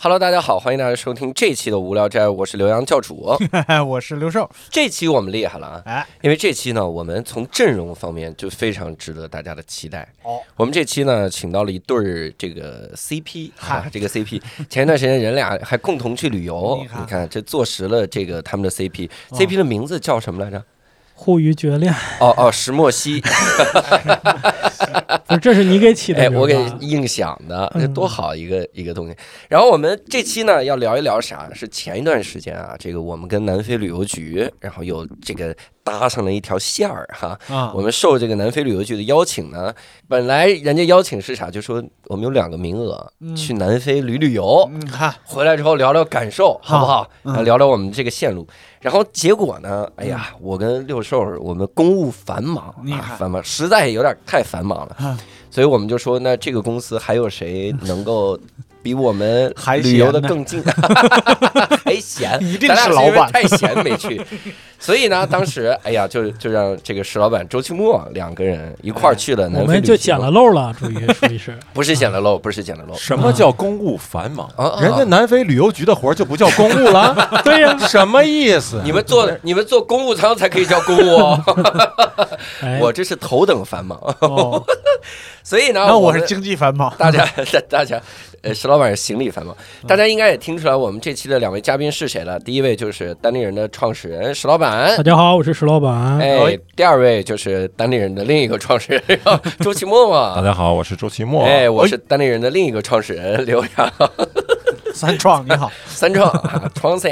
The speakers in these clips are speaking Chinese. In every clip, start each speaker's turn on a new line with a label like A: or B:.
A: Hello，大家好，欢迎大家收听这期的无聊斋，我是刘洋教 主。
B: 哎我是刘寿。
A: 这期我们厉害了啊！
B: 哎，
A: 因为这期呢，我们从阵容方面就非常值得大家的期待。
B: 哦，
A: 我们这期呢，请到了一对儿这个 CP 啊，这个 CP，前一段时间人俩还共同去旅游，
B: 你看
A: 你看这坐实了这个他们的 CP。CP
C: 哦
A: 的名字叫什么来着？
D: 互娱绝恋，
A: 哦哦，石墨烯，
D: 不是，这是你给起的
A: 哎，
D: 名
A: 我给
D: 字啊
A: 硬想的，这
D: 嗯
A: 多好一个一个东西。然后我们这期呢要聊一聊啥？是前一段时间啊，这个我们跟南非旅游局，然后有这个搭上了一条线儿哈，
B: 啊
A: 我们受这个南非旅游局的邀请呢，本来人家邀请是啥？就说我们有两个名额，去南非旅旅游，
B: 你看，
A: 回来之后聊聊感受，好不好？
B: 嗯
A: 然后聊聊我们这个线路。然后结果呢？哎呀，我跟六兽儿我们公务繁忙
B: 你
A: 啊
B: 看，
A: 繁忙，实在有点太繁忙
B: 嗯
A: 了，所以我们就说，那这个公司还有 谁能够？比我们
B: 还
A: 旅游的
B: 闲呢
A: 更近， 还闲，
B: 一定
A: 咱俩
B: 是
A: 因为
B: 老板
A: 太闲没去，所以呢，当时哎呀，就就让这个石老板、周奇墨两个人一块儿去 了南非
D: 我
A: 旅行，
D: 们就捡了漏了，属于 属于是
A: 不是捡了漏，不是捡了漏，
E: 什么叫公务繁忙？
A: 啊啊
B: 人家南非旅游局的活儿就不叫 公务了，
D: 对呀，
B: 什么意思？
A: 你们坐你们坐公务舱才可以叫公务 哦，
D: 哎，
A: 我这是头等繁忙，
F: 哦，
A: 所以呢，
B: 那哎我
A: 们
B: 是经济繁忙，
A: 大家 大家，呃，石老板是行李繁忙，大家应该也听出来我们这期的两位嘉宾是谁了。第一位就是单立人的创始人石老板
D: 大，家好，我是石老板，
A: 哎，第二位就是单立人的另一个创始人周奇墨
E: 啊大
A: 嘛。
E: 家好，我是周奇墨。
A: 哎，我是单立人的另一个创始人刘洋，
B: 三创你好，
A: 三创啊，创三。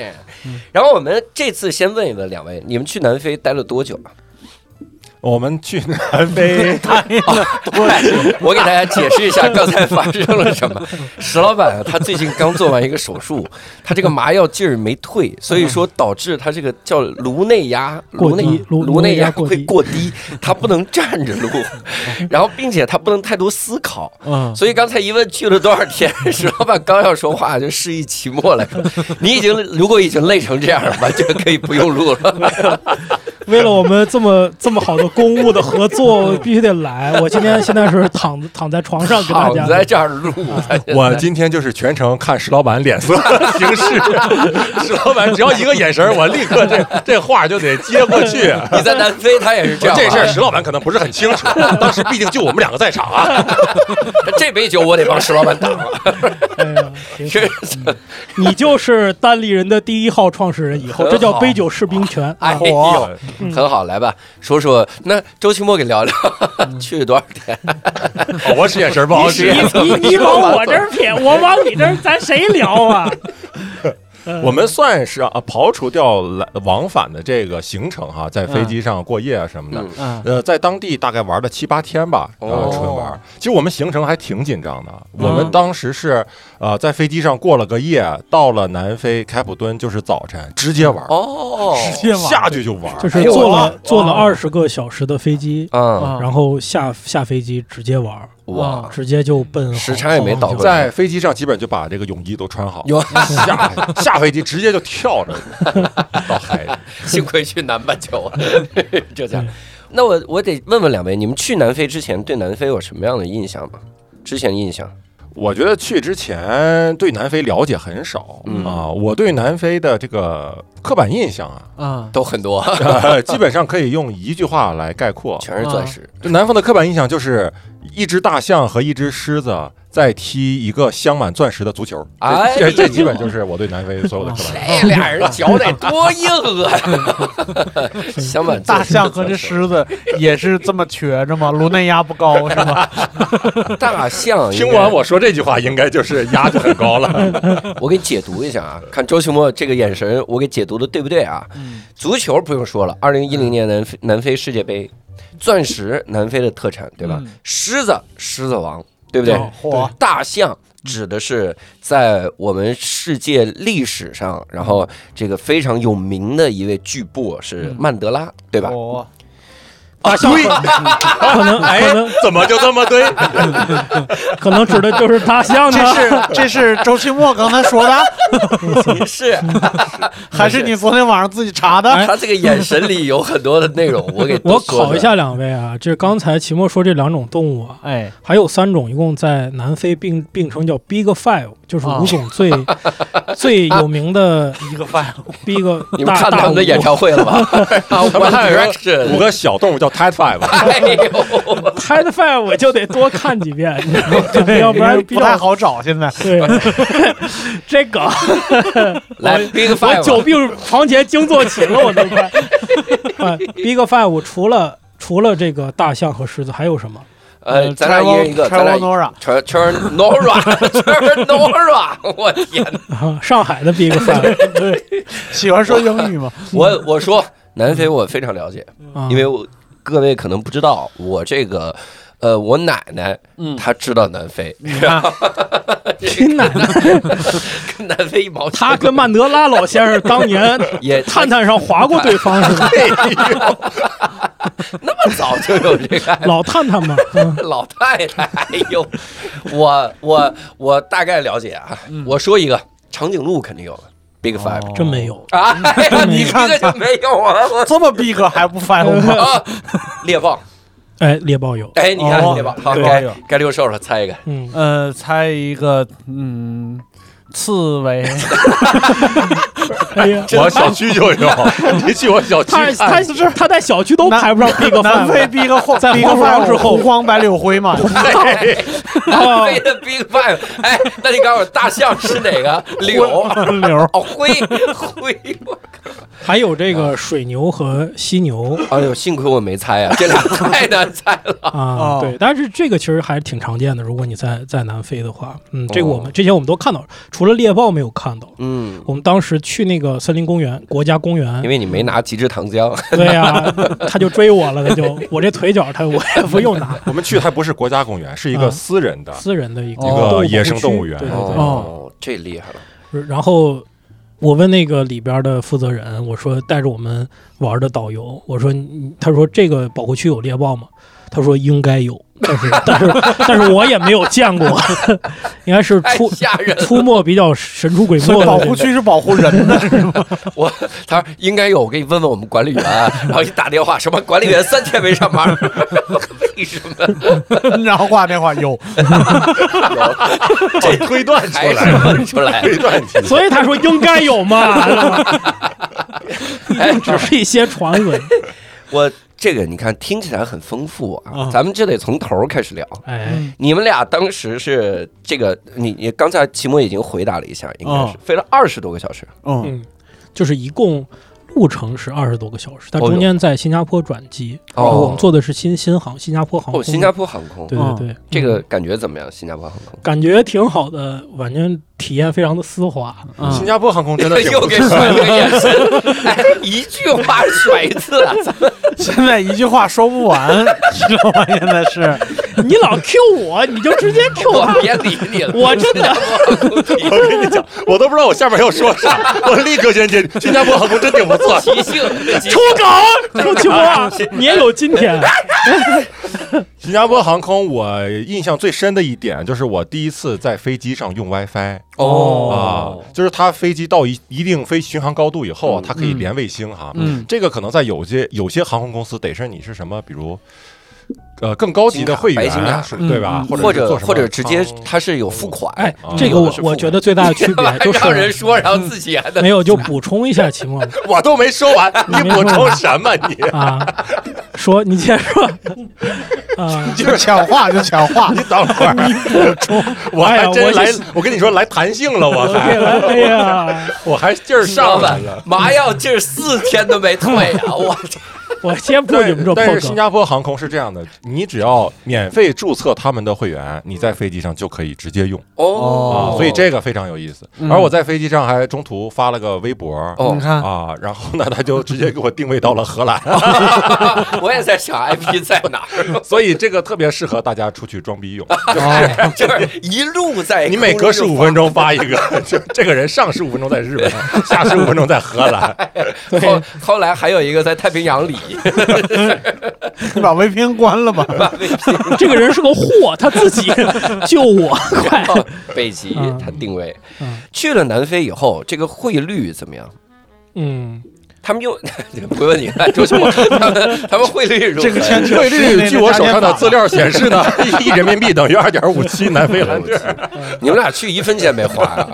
A: 然后我们这次先问一问两位，你们去南非待了多久啊？
E: 我 们去南
B: 哎
E: 非，
A: 我给大家解释一下刚才发生了什么。石老板啊他最近刚做完一个手术，他这个麻药劲儿没退，所以说导致他这个叫颅内压，
D: 过
A: 颅内
D: 低颅
A: 颅内
D: 颅内
A: 压
D: 压过
A: 会
D: 低
A: 过低，他不能站着 录，然后并且他不能太多思考。
B: 嗯，
A: 所以刚才一问去了多少天，石老板刚要说话就示意期末来 说，你已经如果已经累成这样了，完全可以不用录 了。
D: 为了我们这么这么好的公务的合 作，我必须得来。我今天现在是躺躺在床上跟大
A: 躺
D: 家，
A: 在这儿录，
E: 我今天就是全程看石老板脸色 的行 事。石老板只要一个眼神儿，我立刻这 这话就得接过 去。
A: 你在南非他也是这样啊，
E: 这事儿石老板可能不是很清楚， 当时毕竟就我们两个在场啊。
A: 这杯酒我得帮石老板打了。
D: 哎呀，行
A: 这
D: 你就是单立人的第一号创始人，以后这
A: 很
D: 叫
A: 好
D: 杯酒释兵权。
A: 哎
B: 啊
A: 呦，
E: 啊
A: 很好，来吧，说说那周奇墨给聊聊
B: 嗯
A: 去了多少天？
E: 哦我使眼神不好使。
D: 你 你你往我这儿撇，我往你这儿，咱谁聊啊？嗯
E: 我们算是啊，刨除掉来往返的这个行程哈、在飞机上过夜啊什么的，
B: 嗯
E: 呃，在当地大概玩了七八天吧，
A: 哦
E: 呃，纯玩。其实我们行程还挺紧张的，
D: 嗯
E: 我们当时是呃在飞机上过了个夜，到了南非开普敦就是早晨，直接玩，
A: 哦，
F: 接嘛
E: 下去就玩。
A: 哎
D: 就是坐
A: 啊
D: 了坐了二十个小时的飞机，
B: 啊
A: 嗯，
D: 然后下下飞机直接玩儿，
A: 哇，
D: 啊直接就奔
A: 时
D: 杭
A: 差也没倒过来，
E: 在飞机上基本就把这个泳衣都穿好，
A: 哟，
E: 下下飞机直接就跳着到海里。
A: 幸亏去南半球，啊 就这样。那我我得问问两位，你们去南非之前对南非有什么样的印象吗？之前印象，
E: 我觉得去之前对南非了解很少、
A: 嗯
E: 啊，我对南非的这个刻板印象啊，
B: 啊，
A: 都很多，
E: 呃基本上可以用一句话来概括。
A: 全是钻石。
E: 就南方的刻板印象就是一只大象和一只狮子在踢一个镶满钻石的足球，
A: 哎
E: 这这这基本就是我对南非所有的刻板印象。
B: 啊
A: 这俩人脚得多硬啊！ 想把
B: 大象和这狮子也是这么瘸着吗？颅内压不高是吧？
A: 大象，
E: 听完我说这句话，应该就是压就很高 了。
A: 我给解读一下啊，看周奇墨这个眼神，我给解读的对不对啊？足球不用说了，二零一零年南
D: 嗯
A: 非南非世界杯，钻石南非的特产对吧？狮子狮子王对不对？
D: 嗯哦
B: 嚯，
A: 大象指的是在我们世界历史上，然
D: 嗯
A: 后
B: 哦
D: 哦
A: 这个非常有名的一位巨擘是曼德拉对吧？
B: 我
D: 大象可能
E: 哎
D: 可能，
E: 怎么就这么堆？
D: 可能指的就是大象
B: 这
D: 呢。
B: 是这是周奇墨刚才说的，
A: 是
B: 还是你昨天晚上自己查的？
A: 他这个眼神里有很多的内容，我 给
D: 我
A: 都说出来
D: 考一下两位啊，这刚才齐墨说这两种动物啊，
B: 哎，
D: 还有三种，一共在南非并并称叫 Big Five，就是五种 最、最有名的
B: 一个饭，
D: Big
A: 你们
D: 大
A: 看他
D: 大
A: 们
D: 五
A: 的演 唱会了吧？啊
E: 他们
A: One
E: 还有个
A: Direction
E: 五个小动物叫 Cat Five，
A: 哎呦，
D: Head Five，我就得多看几 遍，你知道吗对要不然比
B: 不
D: 较
B: 太。好找。现在
D: 对， 这个
A: 来 Big
D: 哦我
A: Five，
D: 久
A: 吧
D: 病床前惊坐起了，我都快。 啊，Big Five 除了除了这个大象和狮子，还有什么？
A: 呃，咱俩一人一个，咱俩
B: n o r a
A: 圈圈 Nora，圈 Nora，我天哪！
D: 啊上海的 Big Five，
B: 喜欢说英语吗？
A: 我我说南非我非常了解，
D: 啊
A: 因为我各位可能不知道，我这个呃，我奶奶
B: 嗯
A: 她知道南非，
B: 你看，
D: 听奶奶，
A: 跟南非一毛钱
D: 他跟曼德拉老先生 当年
A: 也
D: 探探上划过对方是吧？
A: 哎呦，那么早就有这 个
D: 老探探嘛，嗯
A: 老太太，哎呦，我我我大概了解啊，
D: 嗯
A: 我说一个长颈鹿肯定有了，Big Five。
D: 真没有。
A: 啊， 哎呀
D: 真没
A: 你
D: 有
A: 这个就没有啊！我
B: 这么逼格还不翻我吗？
A: 啊，猎豹，
D: 哎，猎豹有，
A: 哎，你看
B: 哦
A: 猎豹，好，
B: 猎豹
A: 该
B: 有
A: 该六兽了，猜一个，
D: 嗯，
B: 呃，猜一个，嗯，刺猬，
D: 哎呀，
E: 我小区 就有，你去我小区
D: 他他
E: 看。
D: 他他在小区都排不上 Big
B: 南
D: Five
B: 非逼 格后，
D: 在
B: 逼格
D: 黄
B: 饭
D: 蜂之后
B: 红黄白柳灰嘛，
D: 啊
A: 哎 飞的 Big Five，哎，那你告诉我大象是哪个？柳，
B: 柳
A: 哦，灰灰，我
D: 还有这个水牛和犀牛
A: 哎呦，幸亏我没猜啊， 这俩太难猜了。
D: 啊，
B: 哦
D: 对，但是这个其实还是挺常见的。如果你在在南非的话，嗯，这个我
A: 哦
D: 们之前我们都看到了，除了猎豹没有看到。
A: 嗯，
D: 我们当时去那个森林公园、国家公
A: 因
D: 园，
A: 为你没拿极致糖浆，
D: 对呀、 他就追我了，他就我这腿脚他我也不用 拿，
E: 我们去的还不是国家公园，是一个
D: 嗯
E: 私人的，
D: 私人的一个
E: 一个
D: 动物保护区
E: 野生动物 园
D: 对对对。
A: 哦，这厉害了，
D: 然后我问那个里边的负责人，我说带着我们玩的导游，我说你他说这个保护区有猎豹吗？他说应该有，但是但是 但是我也没有见过， 应该是
A: 太
D: 出
A: 哎
E: 哎
A: 吓人了。
D: 出没比较神出鬼没的
B: 保护
D: 这个。
B: 区是保护人 的，
A: 我他说应该有，我给你问问我们管理员啊，然后一打电话，什么管理员三天没上班， 为什么？
B: 然后挂电话有，
E: 这推断出
A: 还
E: 来
A: 是
E: 了，
A: 问出来了？
E: 推断题。
D: 所以他说应该有 嘛，
A: 哎
D: 就只是一些传闻。
A: 我这个你看听起来很丰富啊，咱们这得从头儿开始聊。
D: 哎，
A: 你们俩当时是这个，你你刚才期末已经回答了一下，应该是
B: 嗯
A: 飞了二十多个小时，
B: 嗯，
D: 嗯，就是一共路程是二十多个小时，但
A: 哦哟
D: 中间在新加坡转机，
A: 哦
D: 然后我们坐的是新新航新加坡航空
A: 哦，
D: 的，
A: 新加坡航空，
D: 对对对，
A: 这个
D: 嗯
A: 感觉怎么样？新加坡航空
D: 感觉挺好的，反正体验非常的丝滑。
E: 新加坡航空真 的挺
A: 又
E: 不
A: 给
E: 错
A: 甩了个眼神，哎，一句话甩一次啊，
B: 现在一句话说不 完，知道吗？现在是
A: 嗯
D: 你老 Q 我，你就直接 Q
A: 我
D: 他。
A: 别理你了。
D: 我真的，
E: 我跟你讲，我都不知道我下面要说 啥，我立刻先接。新加坡航空真挺不错，
A: 提醒
D: 出梗，出 去
A: 哦
D: 啊！你也有今天，
E: 新加坡航空我印象最深的一点就是我第一次在飞机上用 WiFi 啊
A: 哦，
E: 就是它飞机到一一定飞巡航高度以后啊
A: 嗯，
E: 它可以连卫星哈。
B: 嗯
E: 这个可能在有些有些航空公司得是你是什么，比如。呃，更高级的会
A: 白金卡
E: 员
A: 是
E: 对吧？
A: 或
E: 者是做
A: 者
E: 什么哦
A: 或者直接
E: 航
A: 它是有付款，
D: 哎
E: 啊，
D: 这个
A: 有的
D: 我
A: 哦是
D: 我
A: 父
D: 觉得最大的区 别就
A: 让人
D: 是嗯
A: 说，然后自己还能
D: 没有就补充一下秦梦
E: 我都没说完，你
D: 没
E: 补
D: 说
E: 充
D: 完
E: 什么？你
D: 啊，说你接着说啊，
B: 就抢话就抢 话，
E: 你等会儿，我
D: 哎
E: 还
D: 呀
E: 真
D: 我
E: 来
D: 是，
E: 我跟你说来弹性了，我
D: 哎
E: 还
D: 呀哎呀，
E: 我还劲儿上
A: 上
E: 来
A: 了
E: 了。
A: 麻药劲儿四天都没退啊！ 我
D: 我先不你
E: 但
D: 们这破
E: 但是新
D: 梗，
E: 加坡航空是这样的，你只要免费注册他们的会员，你在飞机上就可以直接用啊
A: 哦，
E: 所以这个非常有意思。而我在飞机上还中途发了个微博
B: 你
A: 哦，
B: 看，
E: 啊，然后呢，他就直接给我定位到了荷兰，
A: 我也在想 IP 在哪儿，
E: 所以这个特别适合大家出去装逼用。
A: 就是一路在
E: 你每隔十五分钟发一个，就 这个人上十五分钟在日本，下十五分钟在荷兰，
A: 后后来还有一个在太平洋里题，
B: 你把围屏关了吧。
A: 把魏皮
D: 这个人是个货，他自己 救我，快！
A: 哦北极
D: 嗯
A: 它定位
D: 嗯。
A: 去了南非以后，这个汇率怎么样？
D: 嗯，
A: 他们又 不用你看，就是我 他们他们汇率如何？
B: 这个牵扯
E: 汇率，
B: 那
E: 据我手上的资，
B: 那
E: 料显示呢，一人民币等于二点五七南非蓝盾，
A: 你们俩去一分钱没花啊？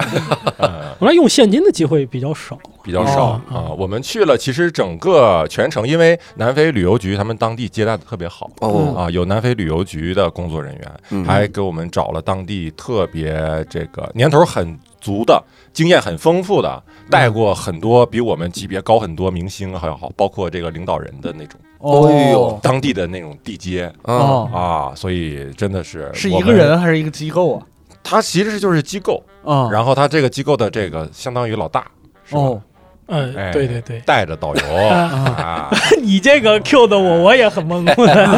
D: 我来用现金的机会比较少。
E: 比较少
D: 哦
E: 啊。我们去了，其实整个全程，因为南非旅游局他们当地接待的特别好。
A: 哦，
E: 啊，有南非旅游局的工作人
B: 嗯
E: 员，还给我们找了当地特别这个年头很足的、经验很丰富的，
B: 嗯
E: 带过很多比我们级别高很多明星，还有好，包括这个领导人的那种
B: 哦
A: 哎呦
E: 当地的那种地接
A: 啊，
B: 哦，
E: 啊，所以真的是
B: 是
E: 我
B: 一个
E: 们，
B: 人还是一个机构啊？
E: 他其实就是机构，
B: 啊，
E: 然后他这个机构的这个相当于老大，是吧
B: 哦，
D: 嗯
E: 哎，
D: 对对对，
E: 带着导游啊，
D: 你这个 Q 的我，我也很懵。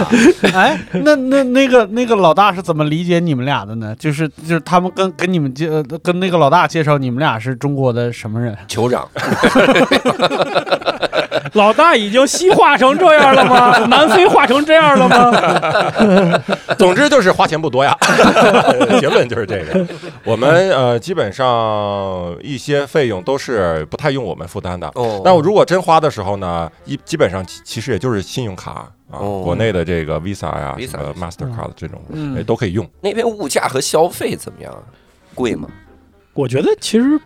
B: 哎，那那那个那个老大是怎么理解你们俩的呢？就是就是他们跟跟你们介呃跟那个老大介绍你们俩是中国的什么人？
A: 酋长，
D: 老大已经西化成这样了吗？南非化成这样了吗？
E: 总之就是花钱不多呀，结论就是这个。我们呃，基本上一些费用都是不太用我们负担的。
A: 哦
E: 那我如果真花的时候呢，一基本上其其实也就是信用卡啊，
A: 哦
E: 国内的这个 Visa 呀、
A: Visa，
E: 什么 Mastercard 这种，
B: 嗯
E: 哎，都可以用。
A: 那边物价和消费怎么样？贵吗？
D: 我觉得其实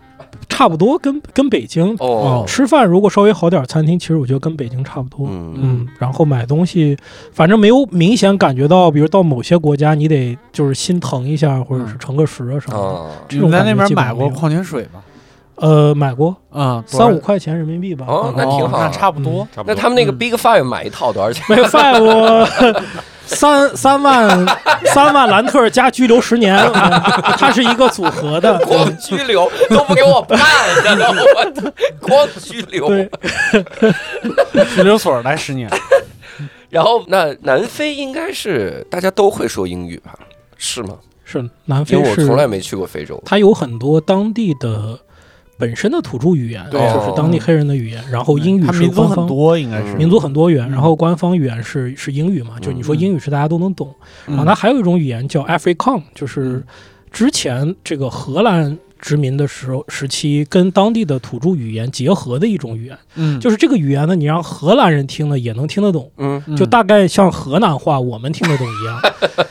D: 差不多跟，跟北京
A: 哦，
D: 吃饭，如果稍微好点儿餐厅，其实我觉得跟北京差不多。
A: 嗯，
D: 嗯，然后买东西，反正没有明显感觉到，比如到某些国家，你得就是心疼一下，或者
A: 嗯
D: 是盛个食啊什么的。
A: 啊，
B: 你们在那边买过
D: 这种感觉基本没有
B: 矿泉水吗？
D: 呃，买过
B: 啊，多少
D: 三五块钱人民币吧。啊
A: 哦那挺
D: 嗯
A: 好
B: 那差不嗯多。
E: 差不
A: 那
E: 多。
A: 他们那个 Big Five 买一套多少钱？
D: 买 five 我三三万 三万兰特加拘留十年， 嗯它是一个组 合的。
A: 光拘留都不给我办，真的， 我光拘留。
D: 对，嗯
B: 拘留所来十年，
A: 然后那南非应该是大家都会说英语吧？是吗？
D: 是南
A: 因
D: 非
A: 为我
D: 是
A: 从来没去过非洲。
D: 它有很多当地的本身的土著语言，
A: 对
D: 就是当地黑人的语言，然后英语
B: 他
D: 是
B: 民族
D: 官
B: 很
D: 方。
B: 多，应该是
A: 嗯
D: 民族很多元，
B: 嗯
D: 然后官方语言是是英语嘛，就你说英语是大家都能懂。
B: 嗯
D: 然后它还有一种语言叫 Afrikaans，就是
E: 嗯
D: 之前这个荷兰殖民的时候时期跟当地的土著语言结合的一种语言，
B: 嗯，
D: 就是这个语言呢，你让荷兰人听了也能听得懂。
A: 嗯，
B: 嗯
D: 就大概像河南话我们听得懂一样，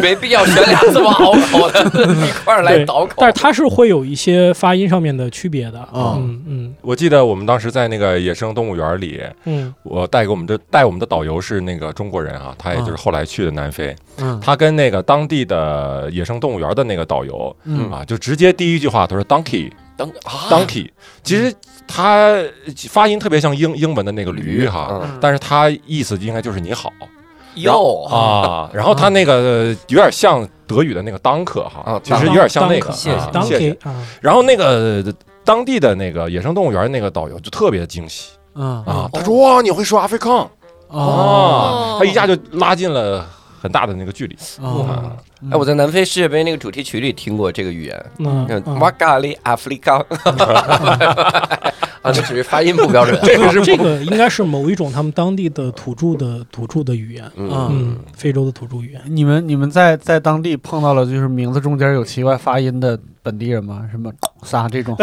A: 没必要选俩这么拗口的一块儿来
D: 对
A: 倒口
D: 但是。它是会有一些发音上面的区别的。
B: 哦
D: 嗯嗯
E: 我记得我们当时在那个野生动物园里，
D: 嗯
E: 我带给我们的带我们的导游是那个中国人啊，他也就是后来去的南非。
B: 嗯
E: 他跟那个当地的野生动物园的那个导游、
B: 嗯
E: 啊，就直接第一句话他说 donkey
A: 当啊
E: donkey，、其实他发音特别像英英文的那个驴哈，
A: 嗯
E: 但是他意思应该就是你好
A: 哟
E: 啊，然后他那个、呃有点像德语的那个 dank 哈，
A: 啊
E: 其实有点像那个，
D: 当
A: 谢谢
E: 啊
D: 当
E: 谢谢。
D: 啊，
E: 然后那个呃当地的那个野生动物园那个导游就特别惊喜
B: 嗯
E: 啊，他说哇你会说 African
B: 哦
E: 啊，他一下就拉近了很大的那个距离
B: 哦
E: 啊。
A: 哎，我在南非世界杯那个主题曲里听过这个语言，
D: 那
A: 嗯
D: 嗯
A: 瓦咖喱阿弗里 康，啊，那属于发音不标准。
E: 这个是
D: 这个应该是某一种他们当地的土著的土著的语言，
A: 嗯，
D: 嗯，非洲的土著语言。
B: 你们你们在在当地碰到了就是名字中间有奇怪发音的本地人吗？什么 啥这种？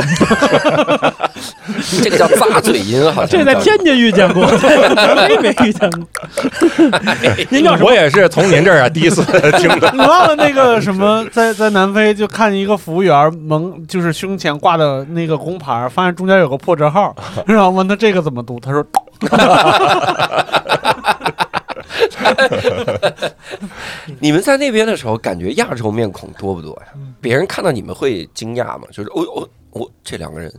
A: 这个叫咂嘴音，啊好像
D: 这在
A: 叫
D: 天津遇见过，在南非没遇见过。您叫什么？
E: 我也是从您这儿啊第一次听的。
B: 你忘了那个什 么，在在南非就看见一个服务员蒙，就是胸前挂的那个工牌，发现中间有个破折 号，然后问他这个怎么读，他说
A: 你们在那边的时候，感觉亚洲面孔多不多呀？别人看到你们会惊讶吗？就是哦哦哦，这两个人，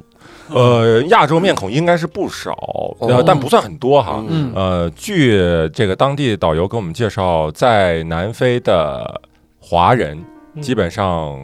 E: 呃，亚洲面孔应该是不少，
A: 哦
E: 呃，但不算很多哈。
B: 嗯
E: 呃，据这个当地导游给我们介绍，在南非的华人
D: 嗯
E: 基本上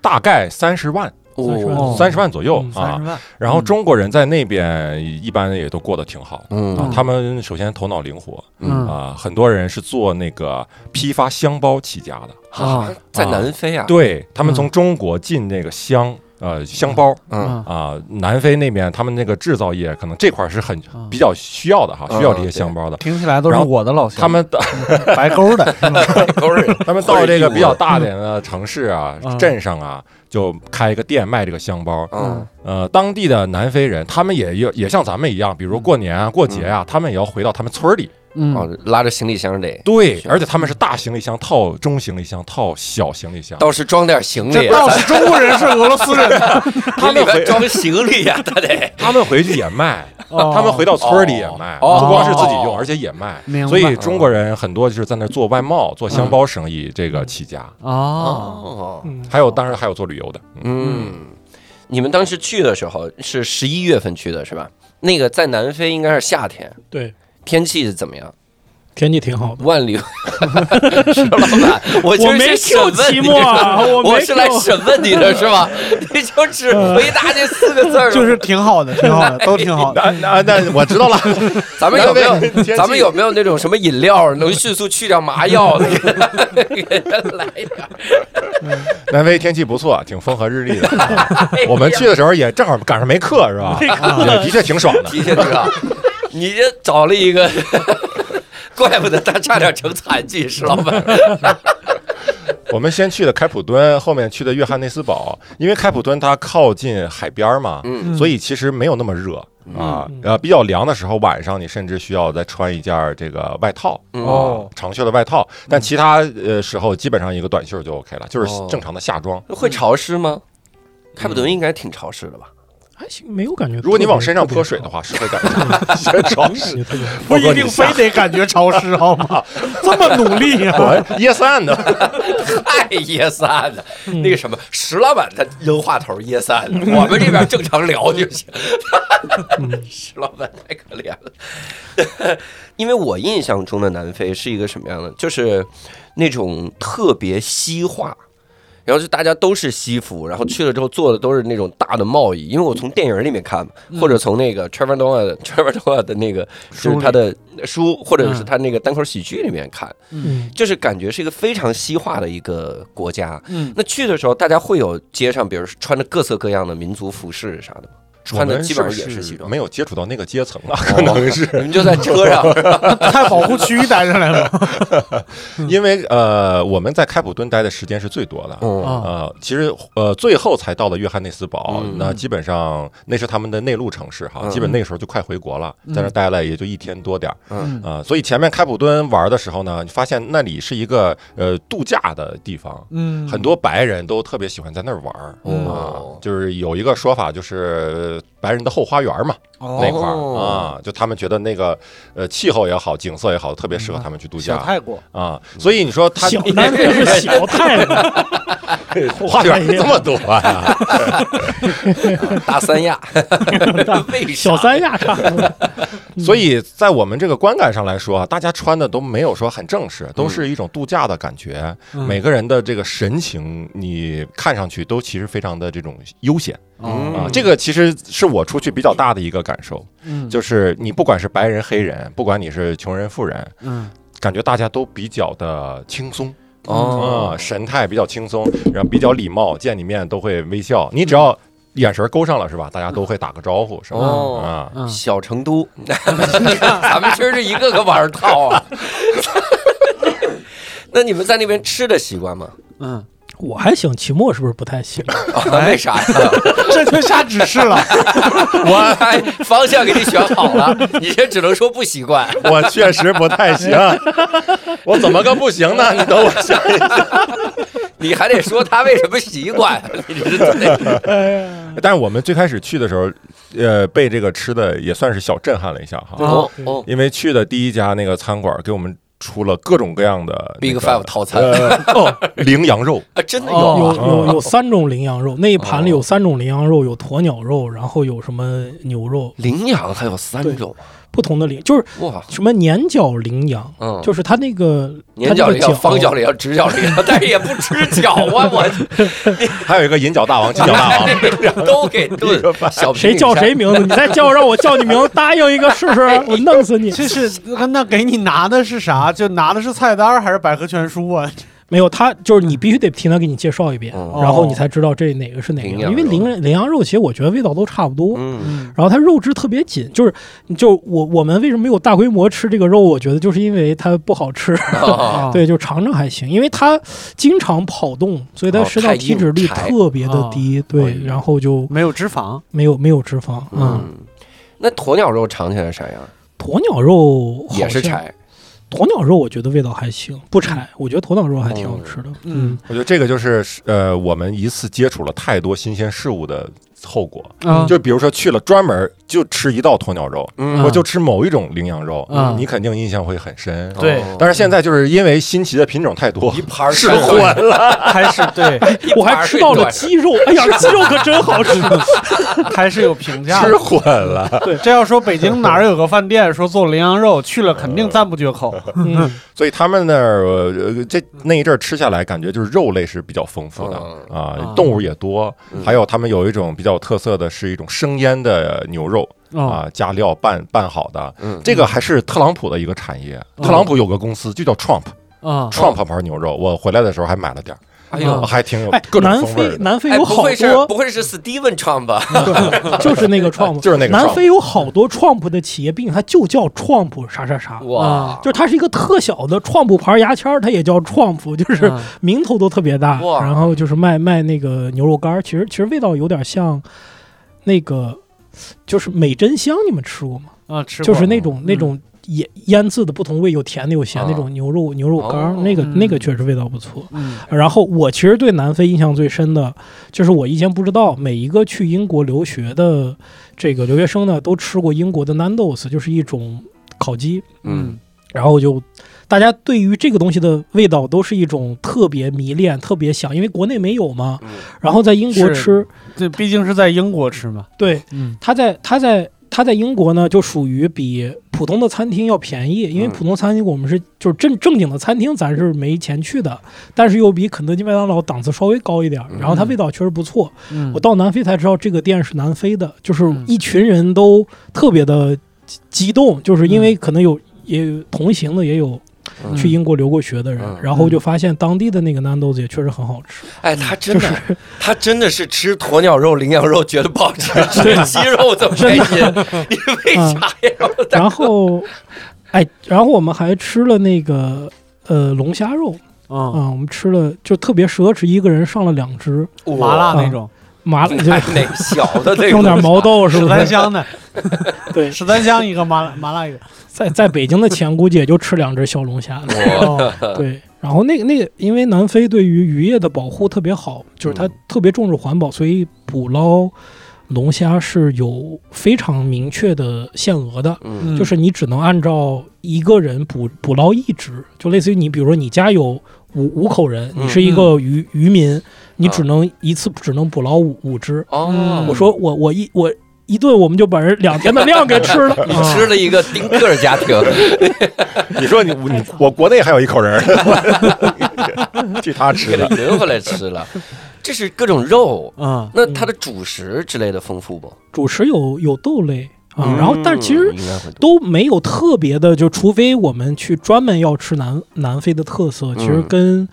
E: 大概三十万，
A: 哦，
E: 三十万左右
D: 嗯
E: 啊
B: 三十。万，
E: 然后中国人在那边一般也都过得挺好。啊
A: 嗯，
E: 他们首先头脑灵活
B: 嗯
E: 啊，很多人是做那个批发箱包起家的，
A: 啊，在南非啊，
E: 对他们从中国进那个香呃箱包
A: 嗯，
B: 啊
E: 啊、南非那边他们那个制造业可能这块儿是很
B: 啊
E: 比较需要的哈，需要这
A: 嗯
E: 些箱包的。
B: 听起来都是
E: 然后
B: 我的老乡，
E: 他们
B: 白沟 的，是吧
A: 都是
E: 他们到这个比较大点的城市啊、
B: 嗯
E: 镇上啊，就开一个店卖这个箱包。
A: 嗯
E: 呃，当地的南非人，他们也也也像咱们一样，比如过年啊、过节
A: 嗯
E: 啊，他们也要回到他们村儿里。
B: 嗯，
A: 哦，拉着行李箱得，
E: 对，
A: 是
E: 而且他们是大行李箱套中行李箱套小行李箱，
A: 倒是装点行李
B: 这，倒是中国人是俄罗斯人，
A: 他里边装行李啊呀，他得
E: 他们回去也卖，
B: 哦
E: 他们回到村儿里也卖，
A: 哦
E: 不光是自己用，
A: 哦
E: 而且也卖
B: 明。白
E: 所以中国人很多就是在那儿做外贸、
A: 嗯
E: 做箱包生意这个起家，
B: 哦，
A: 哦，
D: 嗯，
E: 还有当然还有做旅游的，嗯，
A: 嗯，你们当时去的时候是十一月份去的是吧？那个在南非应该是夏天，
D: 对，
A: 天气是怎么样？
D: 天气挺好的。
A: 万里， 石老 板，我
D: 我
A: 就是
D: 没
A: 审
D: Q
A: 问你
D: 期 末啊，
A: 的，
D: 我
A: 我
D: 没
A: 是来
D: Q 嗯
A: 审问你的是 吧？你就只回答这四个字儿，
B: 就是挺好的，挺好的，都挺好的。
E: 那那那我知道了，
A: 咱们有没
D: 哎
E: 南非
A: 有
E: 天气
A: 咱们有没有那种什么饮料能迅速去掉麻 药的？给给人来一点儿。
E: 南非天气不错，挺风和日丽的。
A: 哎呀
E: 我们去的时候也正好赶上没课，是吧？也的确挺爽的。
A: 提前知道，你这找了一个， 怪不得他差点成残疾，石老板。
E: 我们先去的开普敦，后面去的约翰内斯堡，因为开普敦它靠近海边儿嘛，
A: 嗯
E: 所以其实没有那么热啊。呃，比较凉的时候，晚上你甚至需要再穿一件儿这个外套
A: 嗯
B: 哦
D: 哦
E: 啊，长袖的外套。但其他呃时候，基本上一个短袖就 OK 了，就是
A: 哦
E: 正常的夏装。
A: 会潮湿吗？开普敦应该挺潮湿的吧？
D: 还行，没有感觉。
E: 如果你往身上 泼水的话，是会感觉很潮
D: 特
E: 湿。
D: 别好，特别好。
B: 不一定非得感觉潮湿，好 吗？这么努力啊！
E: 哦我哎噎散的，
A: 太噎散了。
D: 嗯
A: 那个什么，石老板他扔话头噎散了，我们这边正常聊就行。石 老板太可怜了， 因为我印象中的南非是一个什么样的？就是那种特别西化。然后就大家都是西服，然后去了之后做的都是那种大的贸易，因为我从电影里面看嘛，或者从那个 Trevor Noah 的 Trevor Noah 的那个就是他的书，或者是他那个单口喜剧里面看，
D: 嗯，
A: 就是感觉是一个非常西化的一个国家。
B: 嗯，
A: 那去的时候，大家会有街上，比如说穿着各色各样的民族服饰啥的吗？穿的基本上也
E: 是
A: 西装，哦
E: 没有接触到那个阶层啊，可能 是
A: 你们就在车上，是吧
B: 在保护区待着来了。
E: 因为呃，我们在开普敦待的时间是最多的。
A: 嗯
E: 呃，其实呃，最后才到了约翰内斯堡，
A: 嗯
E: 那基本上那是他们的内陆城市哈，
A: 嗯
E: 基本那时候就快回国了，在那待了也就一天多点儿，
A: 嗯
E: 呃，所以前面开普敦玩的时候呢，你发现那里是一个呃度假的地方，
B: 嗯
E: 很多白人都特别喜欢在那儿玩儿，
A: 哦
E: 啊，就是有一个说法就是呃白人的后花园嘛，那块儿
A: 哦
E: 啊，就他们觉得那个呃气候也好，景色也好，特别适合他们去度假
B: 国，
E: 啊，所以你说他
D: 小南非是小太阳，
E: 花园这么多
A: 嗯
E: 啊？
A: 大三 亚，为啥
D: 小三亚差不多。
E: 所以在我们这个观感上来说啊，大家穿的都没有说很正
A: 嗯
E: 式，都是一种度假的感觉。每个人的这个神情，你看上去都其实非常的这种悠闲啊。
A: 嗯
E: 这个其实是我出去比较大的一个感受，
B: 嗯
E: 就是你不管是白人、黑人，不管你是穷人、富人，
B: 嗯
E: 感觉大家都比较的轻松。
A: 哦
E: 啊、神态比较轻松，然后比较礼貌，见你面都会微笑。你只要眼神勾上了，是吧？大家都会打个招呼，是吧？
A: 哦
E: 啊、
B: 嗯，
A: 小成都， 咱们今儿这一个个玩儿套啊。 那你们在那边吃的习惯吗？
B: 嗯，
D: 我还行，期末是不是不太行？
A: 啊为啥呀？
B: 这就下指示了。
A: 哎我还 方向给你选好了，你这只能说不习惯。
E: 我确实不太行， 我怎么个不行呢？你等我想一下。
A: 你还得说他为什么习惯， 你这是得
E: 但是我们最开始去的时候，呃，被这个吃的也算是小震撼了一下哈，
A: 哦哦
E: 因为去的第一家那个餐馆给我们出了各种各样的那
A: Big
E: 个
A: Five 套餐
E: 呃， 哦，羚羊肉，
A: 啊，真的有
D: 有
A: 啊，
D: 有有三种羚羊肉，那一盘里有三种羚羊肉，有鸵鸟肉，然后有什么牛肉，
A: 羚羊还有三种
D: 不同的羚就是
A: 哇，
D: 什么粘角羚羊，
A: 嗯，
D: 就是它那个
A: 年角羚
D: 它那
A: 羊、
D: 个
A: 方角羚羊、直角羚羊， 但是也不吃脚啊，我
E: 还有一个银角大王、金角大 王。
A: 都给炖。小
D: 谁叫 谁？名字？你再叫让我叫你名，答应一个试试，我弄死你！
B: 这是那给你拿的是啥？就拿的是菜单儿还是百科全书啊？
D: 没有，他就是你必须得听他给你介绍一遍，
A: 嗯
D: 然后你才知道这哪个是哪
A: 羚
D: 个
A: 羊
D: 羊。因为
A: 肉
D: 羚羚羊肉其实我觉得味道都差不多，
A: 嗯，
B: 嗯
D: 然后它肉质特别紧，就是就我我们为什么没有大规模吃这个肉？我觉得就是因为它不 好吃。
B: 啊，
D: 对，就尝尝还行，因为它经常跑动，所以它
A: 哦
D: 食
A: 太
D: 道
A: 硬
D: 体脂率
A: 柴
D: 特别的低。
A: 哎
D: 对，
A: 呦
D: 然后就
B: 没有脂肪，
D: 没有没有脂肪。嗯，
A: 嗯，那鸵鸟肉尝起来啥样？
D: 鸵鸟肉好
A: 也是
D: 像
A: 柴，
D: 鸵鸟肉我觉得味道还行，不柴。我觉得鸵鸟肉还挺好吃的。
B: 嗯
D: 嗯，
E: 我觉得这个就是呃，我们一次接触了太多新鲜事物的后果。
B: 啊
E: 就比如说去了专门就吃一道鸵鸟肉，
A: 嗯
E: 我就吃某一种羚羊肉
B: 啊，
E: 你肯定印象会很深。
B: 对
A: 哦
E: 但是现在就是因为新奇的品种太多
A: 一，盘儿
E: 是
A: 全
E: 混
A: 了，
B: 还是对，
D: 我还吃到了鸡肉，哎呀，鸡肉 可真好吃。
B: 还是有评价的
E: 吃。混 了。
B: 这要说北京哪儿有个饭店说做羚羊肉，去了肯定赞不绝口。
D: 嗯，
E: 所以他们那儿呃这那一阵儿吃下来，感觉就是肉类是比较丰富的啊
B: 啊，
E: 动物也多
A: 嗯，
E: 还有他们有一种比较有特色的是一种生腌的牛肉
B: 啊，
E: 啊，加料拌拌好的。
A: 嗯，哦
E: 这个还是特朗普的一个产业。特朗普有个公司就叫 Trump，Trump
B: 啊，
E: 牌牛肉，我回来的时候还买了点儿，哦
A: 哎
D: 呦
E: 还挺有
D: 哎
E: 各，种
D: 南
E: 风味
D: 非
E: 儿的。
D: 南非
A: 哎，
D: 有
A: 不
D: 好
A: 会是
D: 多
A: 不会是 Steven Trump 吧？
D: 对，就是那个 Trump，
E: 就是那个 Trump
D: 南非有好多 Trump 的企业病，它就叫 Trump 啥啥啥，
B: 嗯
A: 哇，
D: 就是它是一个特小的 Trump 牌牙签儿，它也叫 Trump，就是
B: 啊
D: 名头都特别大。
A: 哇
D: 然后就是卖卖那个牛肉干儿，其实其实味道有点像那个就是美珍香，你们吃过吗？
B: 啊，吃过
D: 就是那种
B: 嗯
D: 那种腌腌制的不同味，有甜的有咸的
A: 啊
D: 那种牛肉牛肉干儿，
A: 哦
D: 那个
B: 嗯
D: 那个确实味道不错。
B: 嗯
D: 然后我其实对南非印象最深的，就是我以前不知道，每一个去英国留学的这个留学生呢，都吃过英国的 Nando's，就是一种烤鸡。
B: 嗯
D: 然后就大家对于这个东西的味道都是一种特别迷恋、特别想，因为国内没有嘛。
A: 嗯
D: 然后在英
B: 是
D: 国吃，
B: 这毕竟是在英国吃嘛。
D: 对，
B: 嗯
D: 他在他在他在英国呢，就属于比普通的餐厅要便宜，因为
A: 嗯
D: 普通餐厅我们是就是正正经的餐厅，咱是没钱去的，但是又比肯德基、麦当劳档次稍微高一点儿，然后它
B: 嗯
D: 味道确实不错。
B: 嗯
D: 我到南非才知道这个店是南非的，就是
B: 嗯
D: 一群人都特别的激激动，就是因为可能有也有同行的也有。
A: 嗯
D: 去英国留过学的人，
A: 嗯
D: 然后就发现当地的那个 Nando's 也确实很好 吃。
A: 哎，他真的，他真的是吃鸵鸟肉、羚羊肉觉得不好 吃，吃鸡肉怎么开心？ 你为
D: 嗯
A: 啥呀？
D: 然后，哎，然后我们还吃了那个呃龙虾肉啊、
B: 嗯，
D: 我们吃了就特别奢侈，一个人上了两只
B: 麻辣
A: 哇
B: 那种，
D: 麻辣，
A: 太那小 的那
D: 就
A: 个
D: 弄点毛豆是
B: 十
D: 不
B: 三
D: 是？
B: 香的，
D: 对，
B: 十三香一个，麻辣麻辣一个。
D: 在在北京的钱估计也就吃两只小 龙虾了。
B: 哦，
D: 对，然后那个那个，因为南非对于渔业的保护特别好，就是它
A: 嗯
D: 特别重视环保，所以捕捞龙虾是有非常明确的限额的。
A: 嗯
D: 就是你只能按照一个人捕捕捞一只，就类似于你，比如说你家有五五口人，
A: 嗯啊
D: 你是一个渔、渔民，你只能一次只能捕捞五五只。
A: 哦，
D: 我说我我一我一顿我们就把人两天的量给吃了，
A: 你吃了一个丁克儿家庭，
E: 你说你我你我国内还有一口人 儿，去他吃
A: 给他
E: 的。
A: 匀回来吃了，这是各种肉。
B: 嗯
A: 那它的主食之类的丰富不？
D: 主食有有豆类啊，
A: 嗯
D: 然后但是其实
A: 应该会多
D: 都没有特别的，就除非我们去专门要吃南南非的特色，其
A: 嗯
D: 实跟、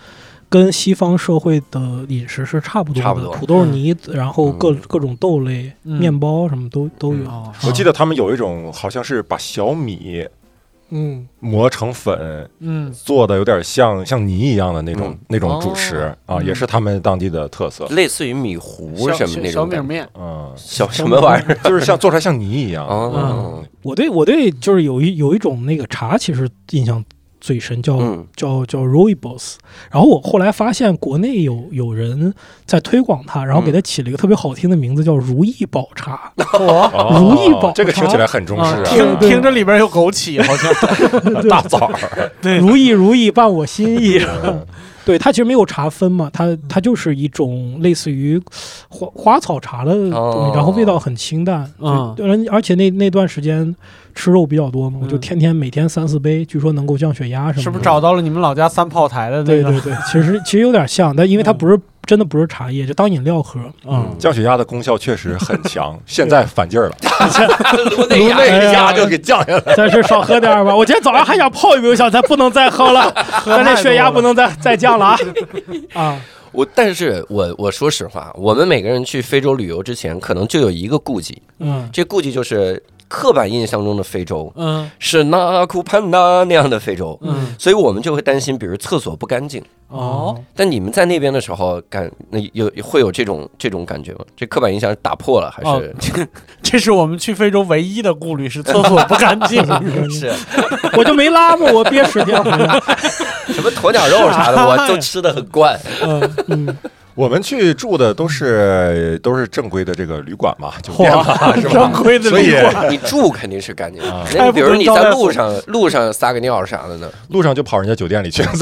D: 跟西方社会的饮食是差不多的，
A: 差不多
D: 土豆泥，然后各、
A: 嗯
D: 各种豆类、
B: 嗯
D: 面包什么都都有。
B: 哦
E: 我记得他们有一种好像是把小米
D: 嗯，
E: 磨成粉，
B: 嗯
E: 做的有点像像泥一样的那种、
A: 嗯
E: 那种主食、
D: 哦
E: 啊，
D: 嗯
E: 也是他们当地的特色。
A: 类似于米糊
B: 小
A: 什么那
B: 小
A: 种
B: 米
A: 感觉，
B: 面，
E: 嗯，
A: 小什么玩意儿？
E: 就是像做出来像泥一
D: 嗯
E: 样。
A: 哦，
D: 我对我对就是有一有一种那个茶，其实印象最深，叫、
A: 嗯
D: 叫叫 Roibos。然后我后来发现国内有有人在推广它，然后给
B: 嗯
D: 它起了一个特别好听的名字，叫如意宝茶。
B: 哦，
E: 哦
D: 如意宝
E: 这个听
D: 茶
E: 起来很中式
B: 啊
E: 啊，
B: 听
D: 对
B: 听着里边有枸杞，好像
E: 大枣儿，
D: 如意如意伴我心意。
E: 嗯
D: 对，它其实没有茶分嘛，
B: 嗯
D: 它它就是一种类似于花花草茶的东西，
A: 哦
D: 然后味道很清淡。
B: 嗯
D: 对，而而且那那段时间吃肉比较多嘛，我就
B: 嗯
D: 天天每天三四杯，据说能够降血压什么的。
B: 是不是找到了你们老家三炮台的那
D: 对
B: 个？
D: 对对，其实其实有点像，但因为它不是真的不是茶叶，就当饮料喝。
B: 嗯，
E: 降血压的功效确实很 强，现在反劲儿了，
A: 颅内
D: 颅内
A: 压
D: 压
A: 就给降下来了。
D: 咱是少喝点儿吧。我今天早上还想泡一杯，我想咱不能再喝了，咱这血压不能再再降了啊！啊，
A: 我但是我我说实话，我们每个人去非洲旅游之前，可能就有一个顾忌，
D: 嗯
A: 这顾忌就是刻板印象中的非洲
D: 嗯
A: 是那库潘达那样的非洲，
D: 嗯，
A: 所以我们就会担心，比如厕所不干净。
D: 哦，
A: 但你们在那边的时候，感那有会有这种这种感觉吗？这刻板印象是打破了还
E: 哦
A: 是、
B: 这是我们去非洲唯一的顾虑是厕所不干 净。
A: 是
D: 我就没拉嘛，我憋十天回来。
A: 什么鸵鸟肉啥 的，我都吃的很惯。
D: 嗯嗯，
E: 我们去住的都是都是正规的这个旅馆嘛，酒 店
A: 啊
E: 嘛，是吧？
B: 正规的
E: 所以
B: 旅
A: 你住肯定是干净的
E: 啊，
A: 那你比如你在路上路上撒个尿啥的呢？
E: 路上就跑人家酒店里去，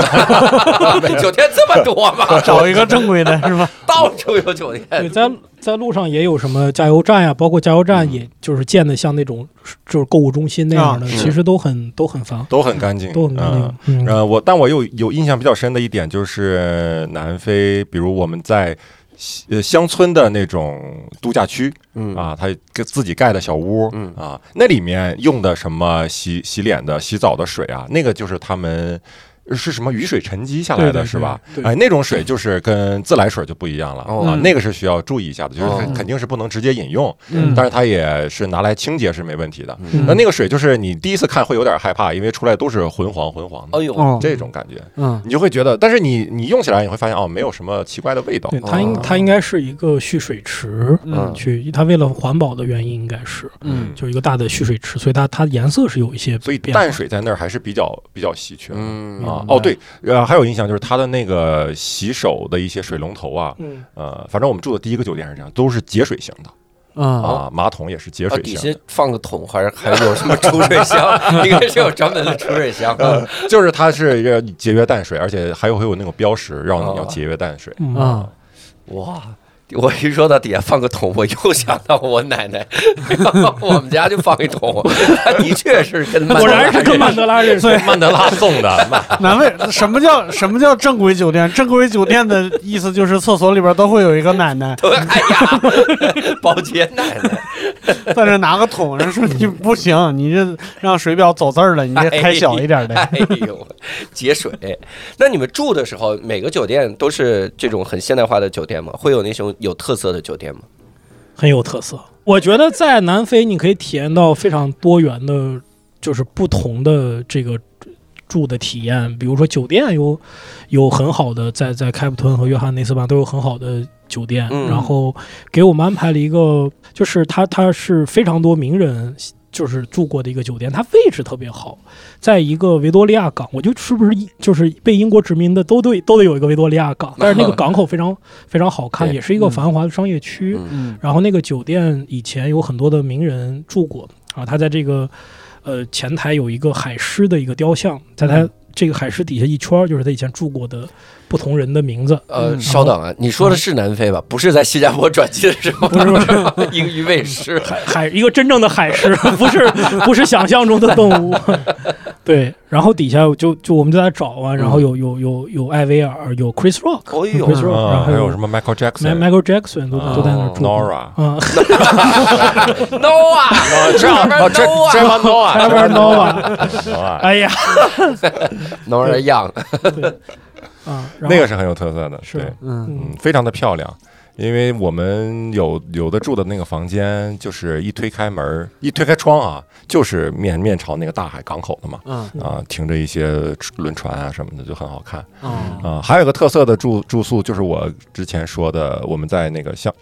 A: 酒店这么多吗？
B: 找一个正规的是吧？
A: 到处有酒
D: 对，
A: 店。
D: 在在路上也有什么加油站呀、啊包括加油站，也就是建的像那种就是购物中心那样的，
B: 啊
A: 是
D: 其实都很都很方，
E: 都很干净，
D: 都很干净
E: 嗯。
D: 嗯
E: 呃，我但我有有印象比较深的一点就是南非，比如我们在西呃乡村的那种度假区
A: 嗯
E: 啊，他给自己盖的小屋，
A: 嗯
E: 啊，那里面用的什么洗洗脸的、洗澡的水啊，那个就是他们。是什么雨水沉积下来
D: 对
E: 的
D: 对
E: 是吧？
D: 对
E: 哎，那种水就是跟自来水就不一样了
A: 哦
E: 啊，那个是需要注意一下的，就
A: 哦
E: 是肯定是不能直接饮用，
D: 嗯
E: 但是它也是拿来清洁是没问题的。
D: 嗯
E: 那那个水就是你第一次看会有点害怕，因为出来都是浑黄浑黄的
A: 哎，呦，
B: 嗯
E: 这种感觉，
B: 嗯，
E: 你就会觉得，但是你你用起来你会发现哦，没有什么奇怪的味道
D: 对，它应
A: 哦
D: 它应该是一个蓄水池，
B: 哦
A: 嗯
D: 去它为了环保的原因，应该是
B: 嗯
D: 就是一个大的蓄水池，所以它它颜色是有一些
E: 所以
D: 变化
E: 淡水在那儿还是比较比较稀缺的
A: 嗯
E: 啊
D: 明。白
E: 哦，对，呃，还有印象就是它的那个洗手的一些水龙头啊，
D: 嗯
E: 呃，反正我们住的第一个酒店是这样，都是节水型的
B: 嗯，
E: 啊，马桶也是节
A: 啊，
E: 水
A: 底
E: 型
A: 下放个桶，还是还有什么储水 箱？应该是有专门的储水箱。
E: 的，呃，就是它是要节约淡水，而且还有会有那种标识让
A: 哦
E: 你要节约淡水。
D: 嗯
B: 啊，
A: 哇！我一说到底下放个桶，我又想到我奶奶，我们家就放一桶，她的确是跟曼
D: 果
A: 德拉
D: 然是跟曼德拉认识
B: 对
E: 曼德拉送的，曼
B: 难为什么叫什么叫正规酒店？正规酒店的意思就是厕所里边都会有一个奶奶
A: 对，哎呀，保洁奶奶，
B: 在这拿个桶，人说你不行，你这让水表走字儿了，你这开小一点的。
A: 哎呦，节水。那你们住的时候，每个酒店都是这种很现代化的酒店吗？会有那种有特色的酒店吗？
D: 很有特色。我觉得在南非，你可以体验到非常多元的，就是不同的这个住的体验。比如说酒店有有很好的，在在开普敦和约翰内斯堡都有很好的酒店，
A: 嗯
D: 然后给我们安排了一个，就是它它是非常多名人。就是住过的一个酒店，它位置特别好，在一个维多利亚港，我就是不是一就是被英国殖民的都对都得有一个维多利亚港，但是那个港口非常非常好看，
A: 对
D: 也是一个
B: 嗯
D: 繁华的商业区。
A: 嗯
B: 嗯
D: 然后那个酒店以前有很多的名人住过啊，他在这个呃前台有一个海狮的一个雕像，在
E: 嗯
D: 他这个海狮底下一圈儿就是他以前住过的不同人的 名字。
A: 呃，
B: 嗯
A: 稍等啊，你说的是南非吧？不是在新加坡转机的时候，
D: 不是不是
A: 英语卫视。
D: 海一个真正的海狮， 不是不是想象中的动 物。对，然后底下就就我们就在找
E: 嗯
D: 啊，然后有有有有艾薇儿，有 Chris Rock，
A: 哦
D: 有
A: 呦
D: Chris Rock，然
E: 啊，
D: 后
E: 还有什么 Michael
D: Ma-
E: Jackson、
D: Michael Jackson 都
E: 啊
D: 都在那儿住过
E: Nora
D: 啊，
A: ，no 啊，这边 no 啊
D: t r
E: no 啊
D: e v o r Noah，
E: 啊，
D: 哎呀
A: ，no 人样，
D: 啊，然后
E: 那个是很有特色的，
D: 是
E: 对
B: 嗯
D: 嗯
E: 嗯，非常的漂亮。因为我们有有的住的那个房间，就是一推开门儿，一推开窗啊，就是面面朝那个大海港口的嘛，
B: 嗯
E: 啊，停着一些轮船啊什么的，就很好看
B: 嗯
E: 啊。还有个特色的住住宿，就是我之前说的，我们在那个乡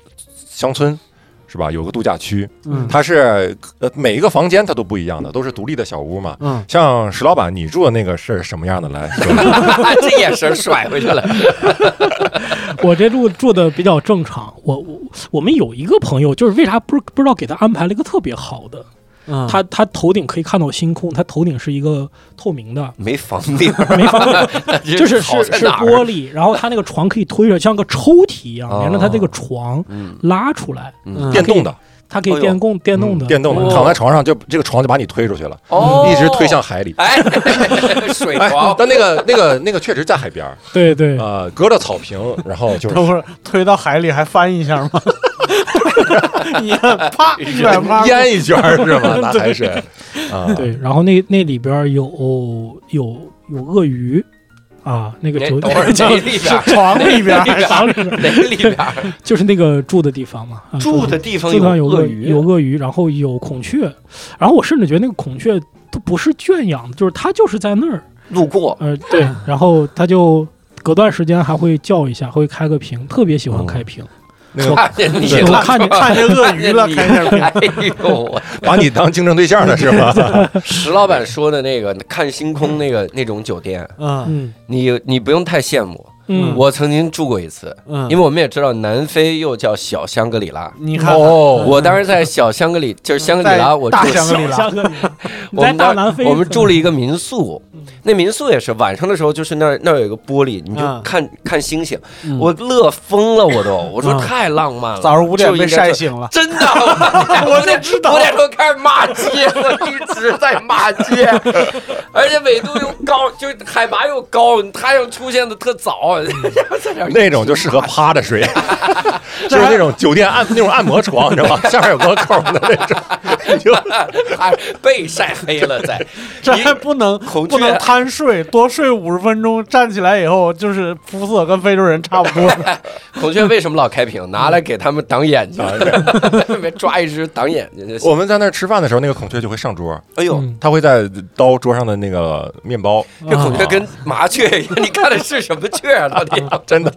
E: 乡村是吧，有个度假区，
B: 嗯
E: 它是呃每一个房间它都不一样的，都是独立的小屋嘛。
B: 嗯，
E: 像石老板，你住的那个是什么样的？来说一下，
A: 这眼神甩回去了。，
D: 我这住住的比较正常，我我我们有一个朋友，就是为啥不不知道给他安排了一个特别好的，
B: 嗯
D: 他他头顶可以看到星空，他头顶是一个透明的
A: 没房顶，
D: 没法 就是
A: 好
D: 是
A: 在
D: 是
A: 哪儿
D: 玻璃，然后他那个床可以推着，像个抽屉一样，连着他这个床
A: 哦嗯
D: 拉出来，
A: 嗯
E: 电动的，
D: 它可以
A: 哦哟
D: 电供电动的，
E: 电动的，
A: 哦
E: 躺在床上就这个床就把你推出去了，
A: 哦
E: 一直推向海里。
A: 哎， 水
E: 哎
A: 床，，
E: 但那个那个那个确实在海边儿，
D: 对对，
A: 啊
E: 呃，隔着草坪，然后 就是
B: 等会儿推到海里还翻一下吗？ 你啪
A: 哎
B: 一百八，
E: 淹一圈儿是吗？拿海水啊，
D: 对，然后那那里边儿有有有鳄鱼啊，那个
A: 那
D: 酒
A: 哎等会儿
D: 就
A: 哪里边儿？
B: 床里边
A: 哪里
B: 还
A: 边
B: 啥？
A: 儿？哪里边儿？
D: 就是那个住的地方嘛，啊、
A: 住的地方
D: 地方有
A: 鳄
D: 鱼，有鳄鱼，然后有孔雀，然后我甚至觉得那个孔雀都不是圈养的，就是它就是在那儿，
A: 路过，
D: 呃，对，然后它就隔段时间还会叫一下，会开个屏，特别
A: 嗯
D: 喜欢开屏，
E: 那个
A: 看见你
D: 对我
A: 了，
D: 看 见
B: 看见鳄
A: 看
B: 鱼
A: 见
B: 了，
A: 你
B: 看见
A: 哎呦，我
E: 把你当竞争对象了是吗？
A: 石老板说的那个看星空那个那种酒店，
B: 嗯
D: 嗯
A: 你你不用太羡慕。
D: 嗯，
A: 我曾经住过一次，
B: 嗯
A: 因，为我们也知道南非又叫小香格里拉。
B: 你看
E: 哦，
A: 我当时在小香格里，就是香格里拉，
B: 在
A: 我住
B: 大香格里拉
D: 下个 你
A: 我
D: 在
A: 们
D: 大
A: 当
D: 南非，
A: 我们住了一个民宿
D: 嗯，
A: 那民宿也是晚上的时候，就是那儿那儿有一个玻璃，你就
B: 嗯
A: 看看星星，
B: 嗯
A: 我乐疯了，我都，我说
B: 嗯
A: 太浪漫了。
B: 早上五点
A: 就应
B: 被
A: 该
B: 晒
A: 这
B: 醒了，
A: 真的， 我就知道。我那时候开始骂街，我一直在骂街，而且纬度又高，就是海拔又高，太阳出现的特早，在那儿
E: 那种就适合趴着睡，就是那种酒店按那种按摩床，你知道吗？下面有个扣的那种， 就
A: 还被晒黑了，在
B: 这还不能
A: 孔雀
B: 不能贪睡，多睡五十分钟，站起来以后就是肤色跟非洲人差不多。
A: 孔雀为什么老开屏？拿来给他们挡眼睛， 别抓一只挡眼睛就行。
E: 我们在那儿吃饭的时候，那个孔雀就会上桌，
A: 哎呦，
D: 嗯
E: 它会在刀桌上的那个面包，
A: 这孔雀跟麻雀一样，你看的是什么雀啊？到底？
E: 真的，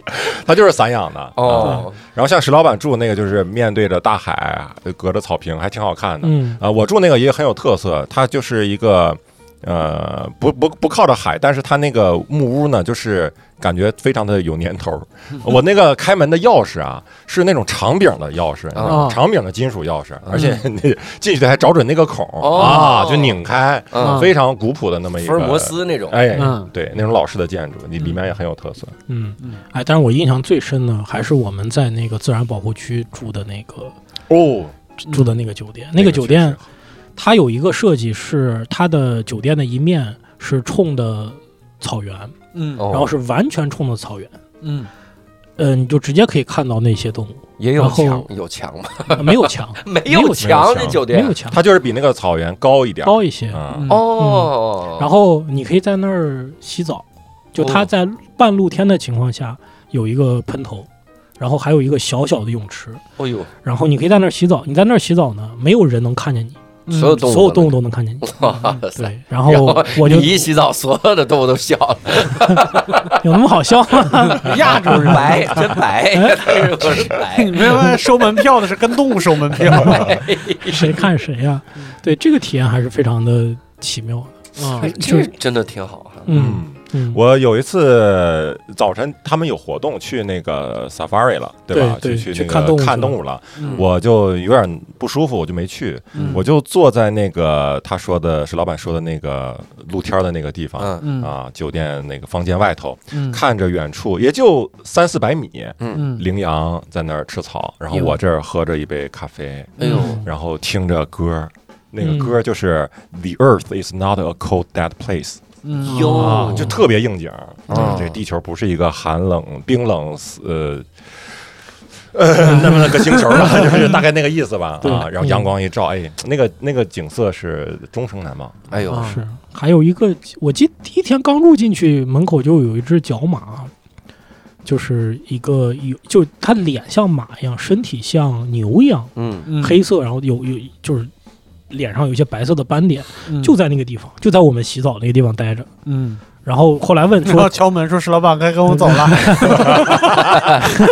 E: 它就是散养的。
A: 哦，
E: 然后像石老板住那个，就是面对着大海，隔着草坪，还挺好看的。
D: 嗯
E: 啊，我住那个也很有特色，它就是一个呃，不不不靠着海，但是它那个木屋呢，就是感觉非常的有年 头儿。我那个开门的钥匙啊，是那种长柄的钥匙，你知道吗
B: 啊
E: 长柄的金属钥匙，
D: 嗯
E: 而且 你进去还找准那个孔儿、
A: 哦
E: 啊，就拧开，
A: 嗯
E: 非常古朴的那么一
A: 福
E: 个
A: 尔摩。斯那种，
E: 哎，
B: 嗯
E: 对，那种老式的建筑，你里面也很有特色。
D: 嗯，哎，但是我印象最深的还是我们在那个自然保护区住的那个
E: 哦，
D: 住的那个酒店，
A: 嗯
D: 那个酒店它有一个设计是它的酒店的一面是冲的草原，
B: 嗯
A: 哦
D: 然后是完全冲的草原，
B: 嗯，
D: 呃，你就直接可以看到那些动物，
A: 也有
D: 然后
A: 墙，有墙吗？
D: 呃没 有墙，
A: 没
D: 有
A: 有墙，
E: 墙
A: 这酒
D: 没
A: 店啊
D: 有墙，
E: 它就是比那个草原高一点儿。
D: 高一些，
E: 嗯，
B: 嗯
A: 哦。
D: 嗯然后你可以在那儿洗澡，就它
A: 哦
D: 在半露天的情况下有一个喷头，然后还有一个小小的泳池，
A: 哦呦，
D: 然后你可以在那儿洗澡，你在那儿洗澡呢，没有人能看见你，
B: 嗯
A: 所有动物，
D: 所有动物都能看见你。
A: 哇塞！
D: 对，然后
A: 然后
D: 我就
A: 你一洗澡，所有的动物都笑 了，
D: 有那么好笑吗？
A: 亚洲人 白，真
D: 哎
A: 白，我是
B: 你
A: 白，
B: 没发现收门票的是跟动物收门票吗？
D: 嗯谁看谁呀、
A: 嗯
D: 对，这个体验还是非常的奇妙的。
A: 哎
B: 嗯
A: 这真的挺好哈。
D: 嗯嗯，
E: 我有一次早晨他们有活动去那个 safari 了，吧？
D: 对对
E: 去
D: 去
E: 那
D: 看动物
E: 个
D: 去了
E: 看动物了，
B: 嗯
E: 我就有点不舒服，我就没去，
B: 嗯
E: 我就坐在那个他说的是老板说的那个露天的那个地方。
A: 嗯，
B: 嗯
E: 啊，酒店那个房间外头，
B: 嗯
E: 看着远处也就三四百米，
B: 嗯
E: 羚羊在那儿吃草，然后
D: 哟
E: 我这儿喝着一杯咖啡，
A: 哎呦，
E: 然后听着歌，那个
D: 嗯
E: 歌就是《The Earth Is Not a Cold Dead Place》，
B: 嗯
A: 哟
E: 啊，就特别应景儿。
A: 哦
E: 这地球不是一个寒冷、冰冷，呃。 呃，那么那个星球了，就是大概那个意思吧
D: 对
E: 啊。然后
D: 嗯
E: 阳光一照，哎，那个那个景色是终 生难忘。
A: 哎呦，
B: 啊
D: 是还有一个，我记得第一天刚入进去，门口就有一只角马，就是一个有，就它脸像马一样，身体像牛一样，
A: 嗯，
B: 嗯
D: 黑色，然后有有就是脸上有一些白色的斑点，
B: 嗯
D: 就在那个地方，就在我们洗澡那个地方待着。
B: 嗯，
D: 然后后来问
B: 然 后
D: 说，
B: 敲门说石老板该跟我走了，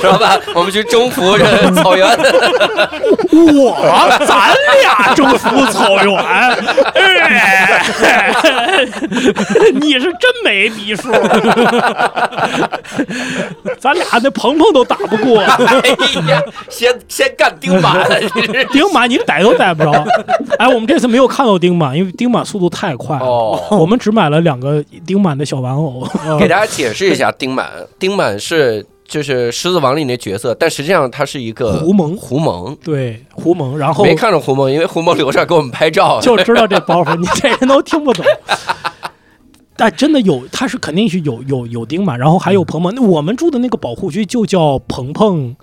A: 老板，我们去征服这草原，
D: 我咱俩征服草原，哎你是真没逼数， 咱俩那鹏鹏都打不过，
A: 哎呀，先先干钉板，你这
D: 丁满你逮都逮不 着。哎，我们这次没有看到丁满，因为丁满速度太快了。
A: 哦
D: 我们只买了两个丁满的小玩偶，
A: 给大家解释一下钉满，钉满是就是《狮子王》里那角色，但实际上他是一个
D: 胡蒙
A: 胡蒙，
D: 对胡蒙，然后
A: 呃没看着胡蒙，因为胡蒙留下给我们拍照，
D: 就知道这包袱，你这人都听 不懂。但真的有，他是肯定是有有有钉嘛，然后还有鹏鹏。那我们住的那个保护区就叫鹏鹏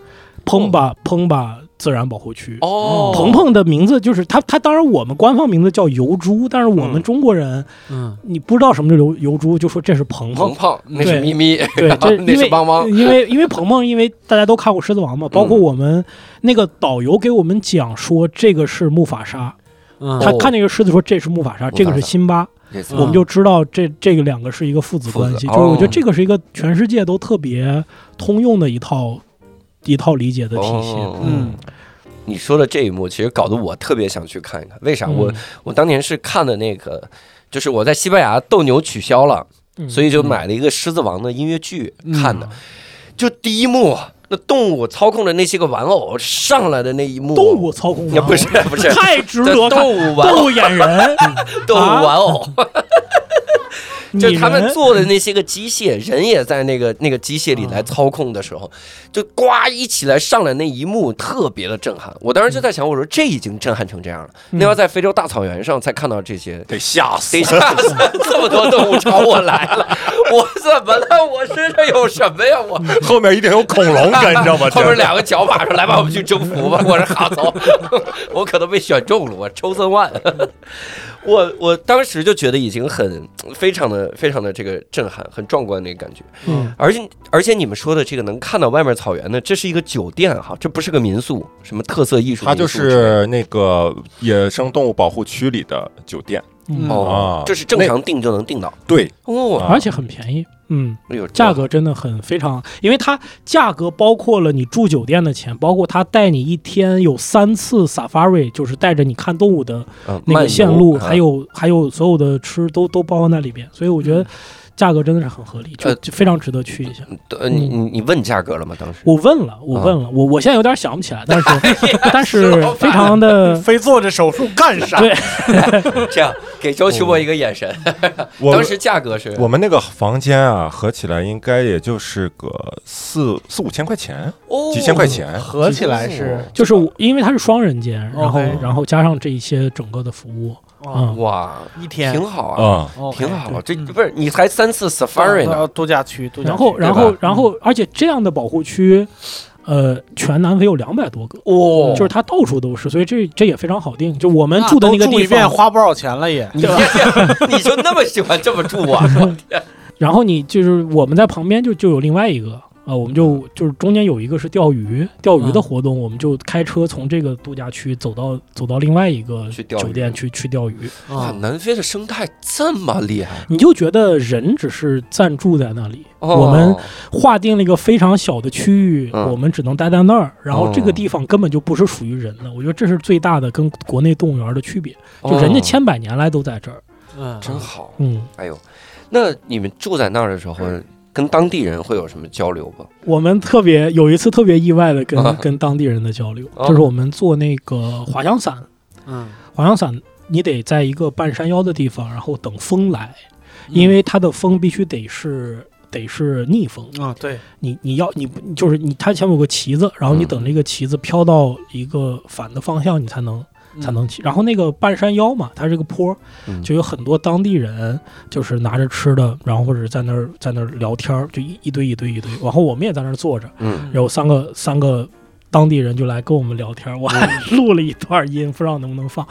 D: 鹏吧鹏吧自然保护区。
A: 哦，
D: 鹏鹏的名字就是他，他当然我们官方名字叫油猪，但是我们
A: 嗯
D: 中国人
B: 嗯，
D: 你不知道什么叫油油猪，就说这是鹏
A: 鹏
D: 鹏。
A: 鹏，那是
D: 对嗯
A: 咪咪，
D: 对，这
A: 那
D: 因
A: 是
D: 为
A: 邦邦，
D: 因为因为鹏鹏，因为大家都看过《狮子王》嘛，包括
A: 嗯
D: 我们那个导游给我们讲说这个是木法沙，他
B: 他
A: 哦
D: 看那个狮子说这是木法
A: 法
D: 沙，
A: 沙
D: 这个是辛巴，
A: 这次
D: 我们就知道这这个两个是一个父子关系，
A: 父子
D: 就是我
A: 哦
D: 觉得这个是一个全世界都特别通用的一套一套理解的体系。
A: 哦
B: 嗯
A: 你说的这一幕，其实搞得我特别想去看一看。为啥？
D: 嗯
A: 我我当年是看的那个，就是我在西班牙斗牛取消了，
D: 嗯
A: 所以就买了一个《狮子王》的音乐剧看的
D: 嗯。
A: 就第一幕，那动物操控着那些个玩偶上来的那一幕，啊
D: 动物操控
A: 也不是不 是，
D: 太值
A: 这
D: 得看
A: 动物玩
D: 动物演人，
A: 动物玩偶， 就
D: 你
A: 他们
D: 们
A: 做的那些个机械人也在那个那个机械里
D: 啊
A: 来操控的时候，就呱一起来上来那一幕特别的震撼。我当时就在想，我说这已经震撼成这样了，
D: 嗯
A: 那要在非洲大草原上才看到这些。
E: 得吓死
A: 等一！下，这么多动物朝我来了，我怎么了？我身上有什么呀？我
E: 后面一定有恐龙跟着我，
A: 后面
E: 真的
A: 两个脚马说：“来吧，我们去征服吧。”我说：“好，走。” 我可能被选中了，我抽森万。 我我当时就觉得已经很非常的非常的这个震撼，很壮观的一个感觉。
D: 嗯
A: 而且而且你们说的这个能看到外面草原的，这是一个酒店哈，这不是个民宿，什么特色艺术民宿之类的？
E: 它就是那个野生动物保护区里的酒店
D: 嗯
A: 哦
E: 啊，
A: 这是正常订就能订到
E: 对，
A: 哦。
D: 而且很便宜，嗯。
A: 哎呦，
D: 价格真的很非常，因为它价格包括了你住酒店的钱，包括它带你一天有三次 safari，就是带着你看动物的
A: 嗯
D: 那
A: 漫游
D: 个线路，
A: 啊
D: 还有还有所有的吃都都包含在里边，所以我觉得价格真的是很合理，就
A: 呃
D: 就非常值得去一下。
A: 呃你你你问价格了吗？当时
D: 嗯我问了，我问了，我我现在有点想不起来，但是但是非 常的
B: 非做这手术干啥？
D: 嗯对
A: 这样给周奇墨一个眼神，
E: 我
A: 当时价格是
E: 我们那个房间啊，合起来应该也就是个四四五千块钱，
A: 哦
E: 几千块钱。
B: 合起来是
D: 就是我因为它是双人间，然后
B: OK
D: 然后加上这一些整个的服务，
B: 哦
D: 嗯，
A: 哇，
B: 一天
A: 挺，好啊，
E: 啊，
D: 哦
B: OK
A: 挺好啊。这
B: 嗯
A: 不是你才三次 safari 呢？
B: 哦度假区，度假区
D: 然后，然
A: 对
D: 后
A: 吧，
D: 然后，而且这样的保护区，呃，全南非有两百多个，
A: 哦
D: 就是它到处都是，所以这这也非常好定。就我们
B: 那
D: 住的
B: 都
D: 那个
B: 住
D: 地
B: 一遍
D: 方，
B: 花不少钱了也。
A: 你你就那么喜欢这么住啊？
D: 然后你就是我们在旁边就就有另外一个。啊，我们就就是中间有一个是钓鱼，钓鱼的
B: 嗯
D: 活动，我们就开车从这个度假区走到走到另外一个
A: 去钓鱼
D: 酒店去去钓鱼，
A: 哇，
B: 嗯
A: 南非的生态这么厉害，
D: 你就觉得人只是暂住在那里，
A: 哦
D: 我们划定了一个非常小的区域，
A: 嗯
D: 我们只能待在那儿。然后这
A: 哦
D: 个地方根本就不是属于人的，我觉得这是最大的跟国内动物园的区别，就人家
A: 哦
D: 千百年来都在这儿。
B: 嗯，
A: 真好。
D: 嗯，
A: 哎呦，那你们住在那儿的时候，跟当地人会有什么交流吗？
D: 我们特别有一次特别意外的跟、
A: 啊
D: 跟当地人的交流，
A: 啊
D: 就是我们做那个滑翔伞，
B: 嗯，
D: 滑翔伞你得在一个半山腰的地方，然后等风来，
B: 嗯
D: 因为它的风必须得是得是逆风。
B: 啊，对，
D: 你你要你你就是你，它前面有个旗子，然后你
A: 嗯
D: 等这个旗子飘到一个反的方向，你才能
B: 嗯
D: 才能骑。然后那个半山腰嘛，它是个坡
A: 嗯，
D: 就有很多当地人就是拿着吃的，然后或者在那儿在那儿聊天儿，就一一堆一堆一堆。然后我们也在那儿坐着，
A: 嗯，
D: 有三个三个当地人就来跟我们聊天儿，我还 录了一段音，不知道能不能放。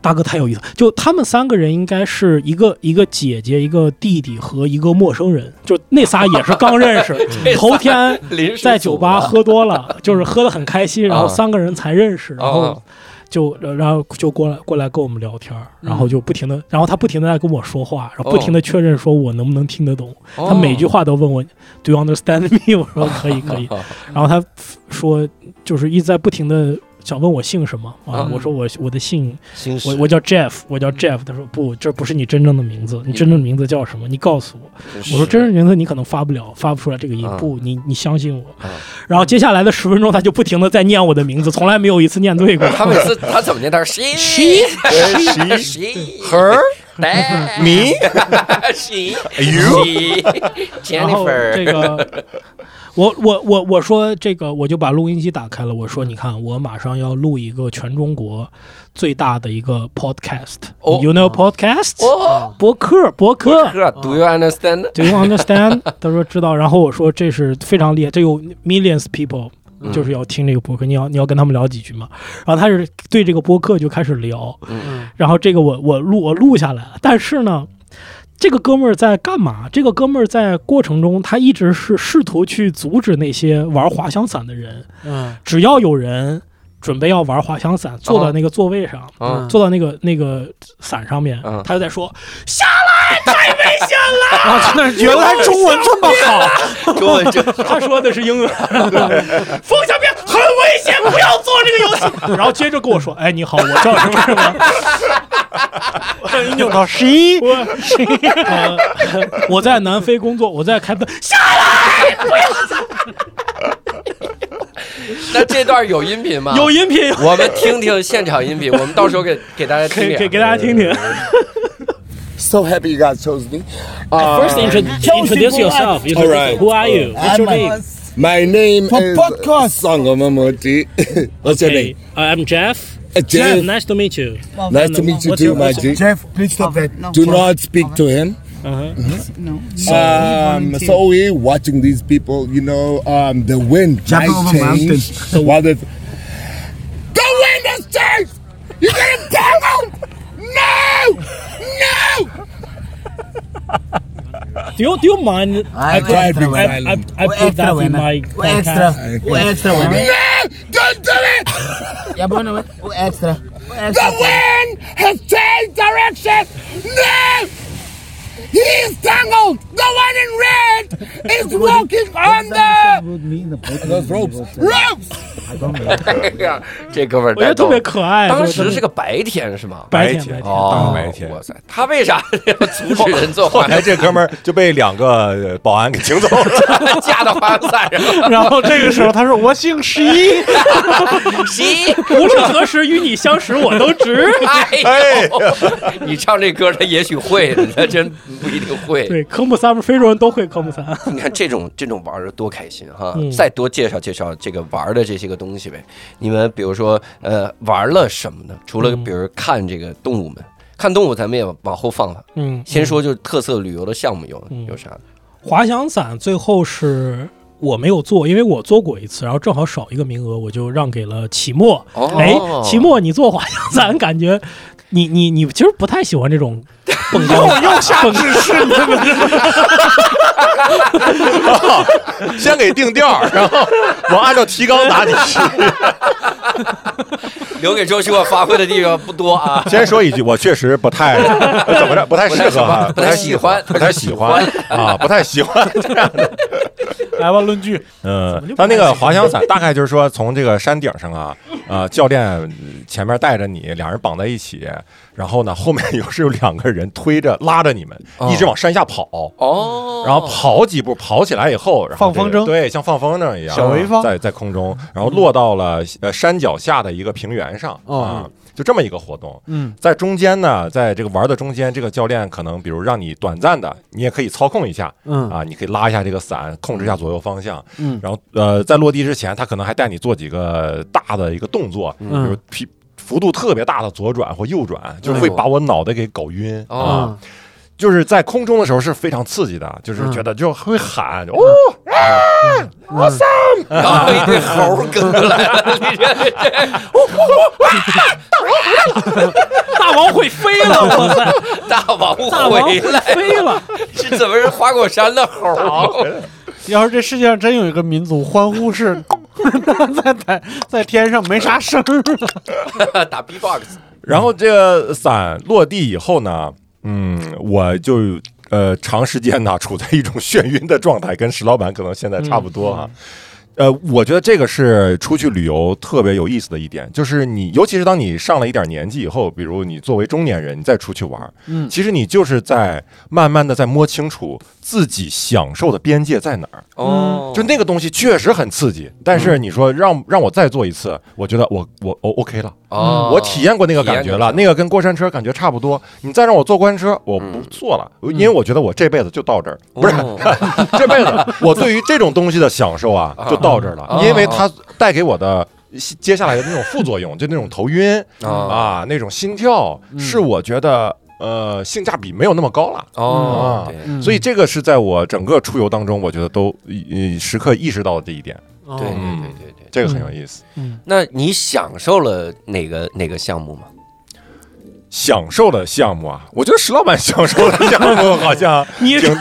D: 大哥太有意思，就他们三个人应该是一个一个姐姐、一个弟弟和一个陌生人，就那仨也是刚认识
A: 这，
D: 嗯头天
A: 临时
D: 在酒 吧
A: 组的
D: 喝多了，就是喝得很开心，然后
A: 啊
D: 三个人才认识，然
A: 啊
D: 后就呃然后就过来过来跟我们聊天儿，然
A: 嗯
D: 后就不停的，然后他不停的在跟我说话，然后不停的确认说我能不能听得懂，
A: 哦
D: 他每句话都问我 Do you understand me？我说可以可 以，然后他说就是一直在不停的。想问我姓什么啊
A: 啊？
D: 我说我我的姓
A: 心事
D: 我我叫 Jeff，我叫 Jeff。他说不，这不是你真正的名字，
A: 嗯
D: 你真正的名字叫什么？你告诉我。我说真正的名字你可能发不了，发不出来这个音
A: 啊。
D: 不，你你相信我
A: 啊。
D: 然后接下来的十分钟，他就不停的在念我的名字，从来没有一次念对过。
A: 他每次他怎么念？他是 she she she
E: her
A: me she you
D: 然后
A: Jennifer
D: 这个，我我我我说这个，我就把录音机打开了。我说，你看，我马上要录一个全中国最大的一个 podcast。
A: 哦
D: you know podcast？、
A: 哦，
D: 博客，博客。
A: 呵，Do you understand？
D: Do you understand？他说知道。然后我说这是非常厉害，这有 millions people
A: 嗯
D: 就是要听这个播客，你要你要跟他们聊几句嘛。然后他是对这个播客就开始聊，
A: 嗯
D: 然后这个我我录我录下来了，但是呢。这个哥们儿在干嘛？这个哥们儿在过程中，他一直是试图去阻止那些玩滑翔伞的人。
F: 嗯
D: 只要有人准备要玩滑翔
A: 哦
D: 伞，坐到那个座位上，
A: 嗯
D: 坐到那个那个伞上面，
A: 嗯
D: 他就在说：“
B: 原来中文这么好，
A: 中文这
D: 他说的是英文，风向标很危险，不要做这个游戏。然后 接着跟我说：“哎，你好，我叫什么什么。
B: 扭到十一，
D: 我” 呃我在南非工作，我在开普，下
A: 那这段有音频吗？
D: 有音频，
A: 我们听听现场 音频，我们到时候给给大家听
D: 给
A: 听，
D: 给给大家听听。
G: So happy you guys chose me. Uh,
D: 啊 introduce yourself.
G: All right.
D: Who are you? What's your name?
G: My name
F: For
G: is
F: podcast.
G: Songo Mamoti. What's your name?
D: I'm Jeff.
G: Uh, Jeff. Jeff,
D: nice to meet you.
G: Nice to meet you
D: What's
G: too,
D: your-
G: my
D: what's
G: G.
H: Jeff, please stop that.
G: Do not speak to him.
D: uh,
H: No.
G: Um, so we watching these people, you know, um, the wind
H: Jump
G: might
H: over
G: change. While the, the wind has changed. You gonna bang him? No, no.
D: Do you do you mind?
H: I
G: tried to
D: I,
G: silent.
D: I, I put that in my podcast.
H: extra women.
G: Don't do it.
H: Yeah, but no, we're extra. We're extra.
G: wind has changed direction. No! He is tangled. The one in red is walking on the those ropes. Ropes.
A: 听。 这哥们儿
D: 我觉
A: 太
D: 得
A: 逗
D: 特别
A: 了，
D: 可爱。
A: 当时是个白天是吗？
D: 白天
E: 白天啊
D: 白天，
A: 哦，
E: 白天
A: 哇塞，他为啥要阻止人做
E: 后
A: 滑
E: 来这哥们儿就被两个呃保安给请走 了。
D: 哦
A: 架到滑 伞上？
B: 然后这个 时候他说我姓十一，
A: 谁？
D: 无论何时与你相识，我都值。
A: 哎呦， 你唱这歌他也许会，他真不一定会。
D: 对，科目三不是非洲人都会科目三。
A: 你看这种这种玩儿多开心哈！
D: 嗯
A: 再多介绍介绍这个玩儿的这些个东西呗。你们比如说，呃，玩了什么呢？除了
D: 嗯
A: 比如看这个动物们，看动物咱们也往后放放。
D: 嗯，
A: 先说就是特色旅游的项目有
D: 嗯
A: 有啥？
D: 滑翔伞，最后是我没有做，因为我做过一次，然后正好少一个名额，我就让给了启墨。
A: 哦
D: 哎，启墨，你做滑翔伞，感觉你你你其实不太喜欢这 种蹦高，又下指示
E: 先给定调儿，然后我按照提纲打底。。
A: 留给周旭我发挥的地方不多啊
E: 先说一句，我确实不太怎么着，不太适合啊，
A: 不太喜欢
E: 不太喜欢啊，不太喜欢。
B: 来吧，论据，
E: 嗯，他那个滑翔伞大概就是说从这个山顶上啊，呃，教练前面带着你，俩人绑在一起，然后呢，后面 有是有两个人推着拉着你们，
A: 哦
E: 一直往山下跑。
A: 哦，
E: 然后跑几步，跑起来以后，然后
B: 放风
E: 这个
B: 筝
E: 对，像放风筝一样，
B: 小潍坊
E: 在在空中，然后落到了呃山脚下的一个平原上
B: 哦
E: 啊，就这么一个活动。
B: 嗯，
E: 在中间呢，在这个玩的中间，这个教练可能比如让你短暂的，你也可以操控一下，
B: 嗯
E: 啊，你可以拉一下这个伞，控制一下左右方向，
B: 嗯
E: 然后呃，在落地之前，他可能还带你做几个大的一个动作，比
B: 嗯
E: 如劈幅度特别大的左转或右转，就是会把我脑袋给搞晕
A: 哦
E: 啊。
B: 啊，
E: 就是在空中的时候是非常刺激的，
B: 嗯
E: 就是觉得就会喊，就哦，
A: 然后一堆猴儿跟着来了，你这
D: 大王会飞了，我操！
A: 大王
D: 大王
A: 回
D: 会
A: 来
D: 飞了，
A: 是怎么是花果山的猴儿？啊
B: 要是这世界上真有一个民族欢呼 是在在在天上没啥声 儿，
A: 打 B-box
E: 然后这个伞落地以后呢，嗯，我就呃长时间呢处在一种眩晕的状态，跟石老板可能现在差不多啊。呃，我觉得这个是出去旅游特别有意思的一点，就是你，尤其是当你上了一点年纪以后，比如你作为中年人，你再出去玩，
B: 嗯
E: 其实你就是在慢慢的在摸清楚自己享受的边界在哪儿。
A: 哦，
E: 就那个东西确实很刺激，但是你说让让我再做一次，我觉得我我我 OK 了，
A: 哦，
E: 我体验过那个感
A: 体
E: 觉了，
A: 验过
E: 那个跟过山车感觉差不多。你再让我坐过山车，我不坐了，因为我觉得我这辈子就到这儿，不是
A: 嗯 哦
E: 这辈子我对于这种东西的享受啊
A: 啊，
E: 就到这儿了
A: 啊，
E: 因为它带给我的。接下来的那种副作用，就那种头晕
A: 啊嗯
E: 啊，那种心跳，是我觉得呃性价比没有那么高了。
A: 哦
E: 啊，
A: 对
B: 嗯
E: 所以这个是在我整个出游当中，我觉得都呃时刻意识到的这一点，
D: 哦
A: 对
E: 嗯
A: 对对对对。
E: 这个很有意思。
A: 那你享受了哪个哪个项目吗？
E: 享受的项目啊，我觉得石老板享受的项目 好像
D: 你
E: 挺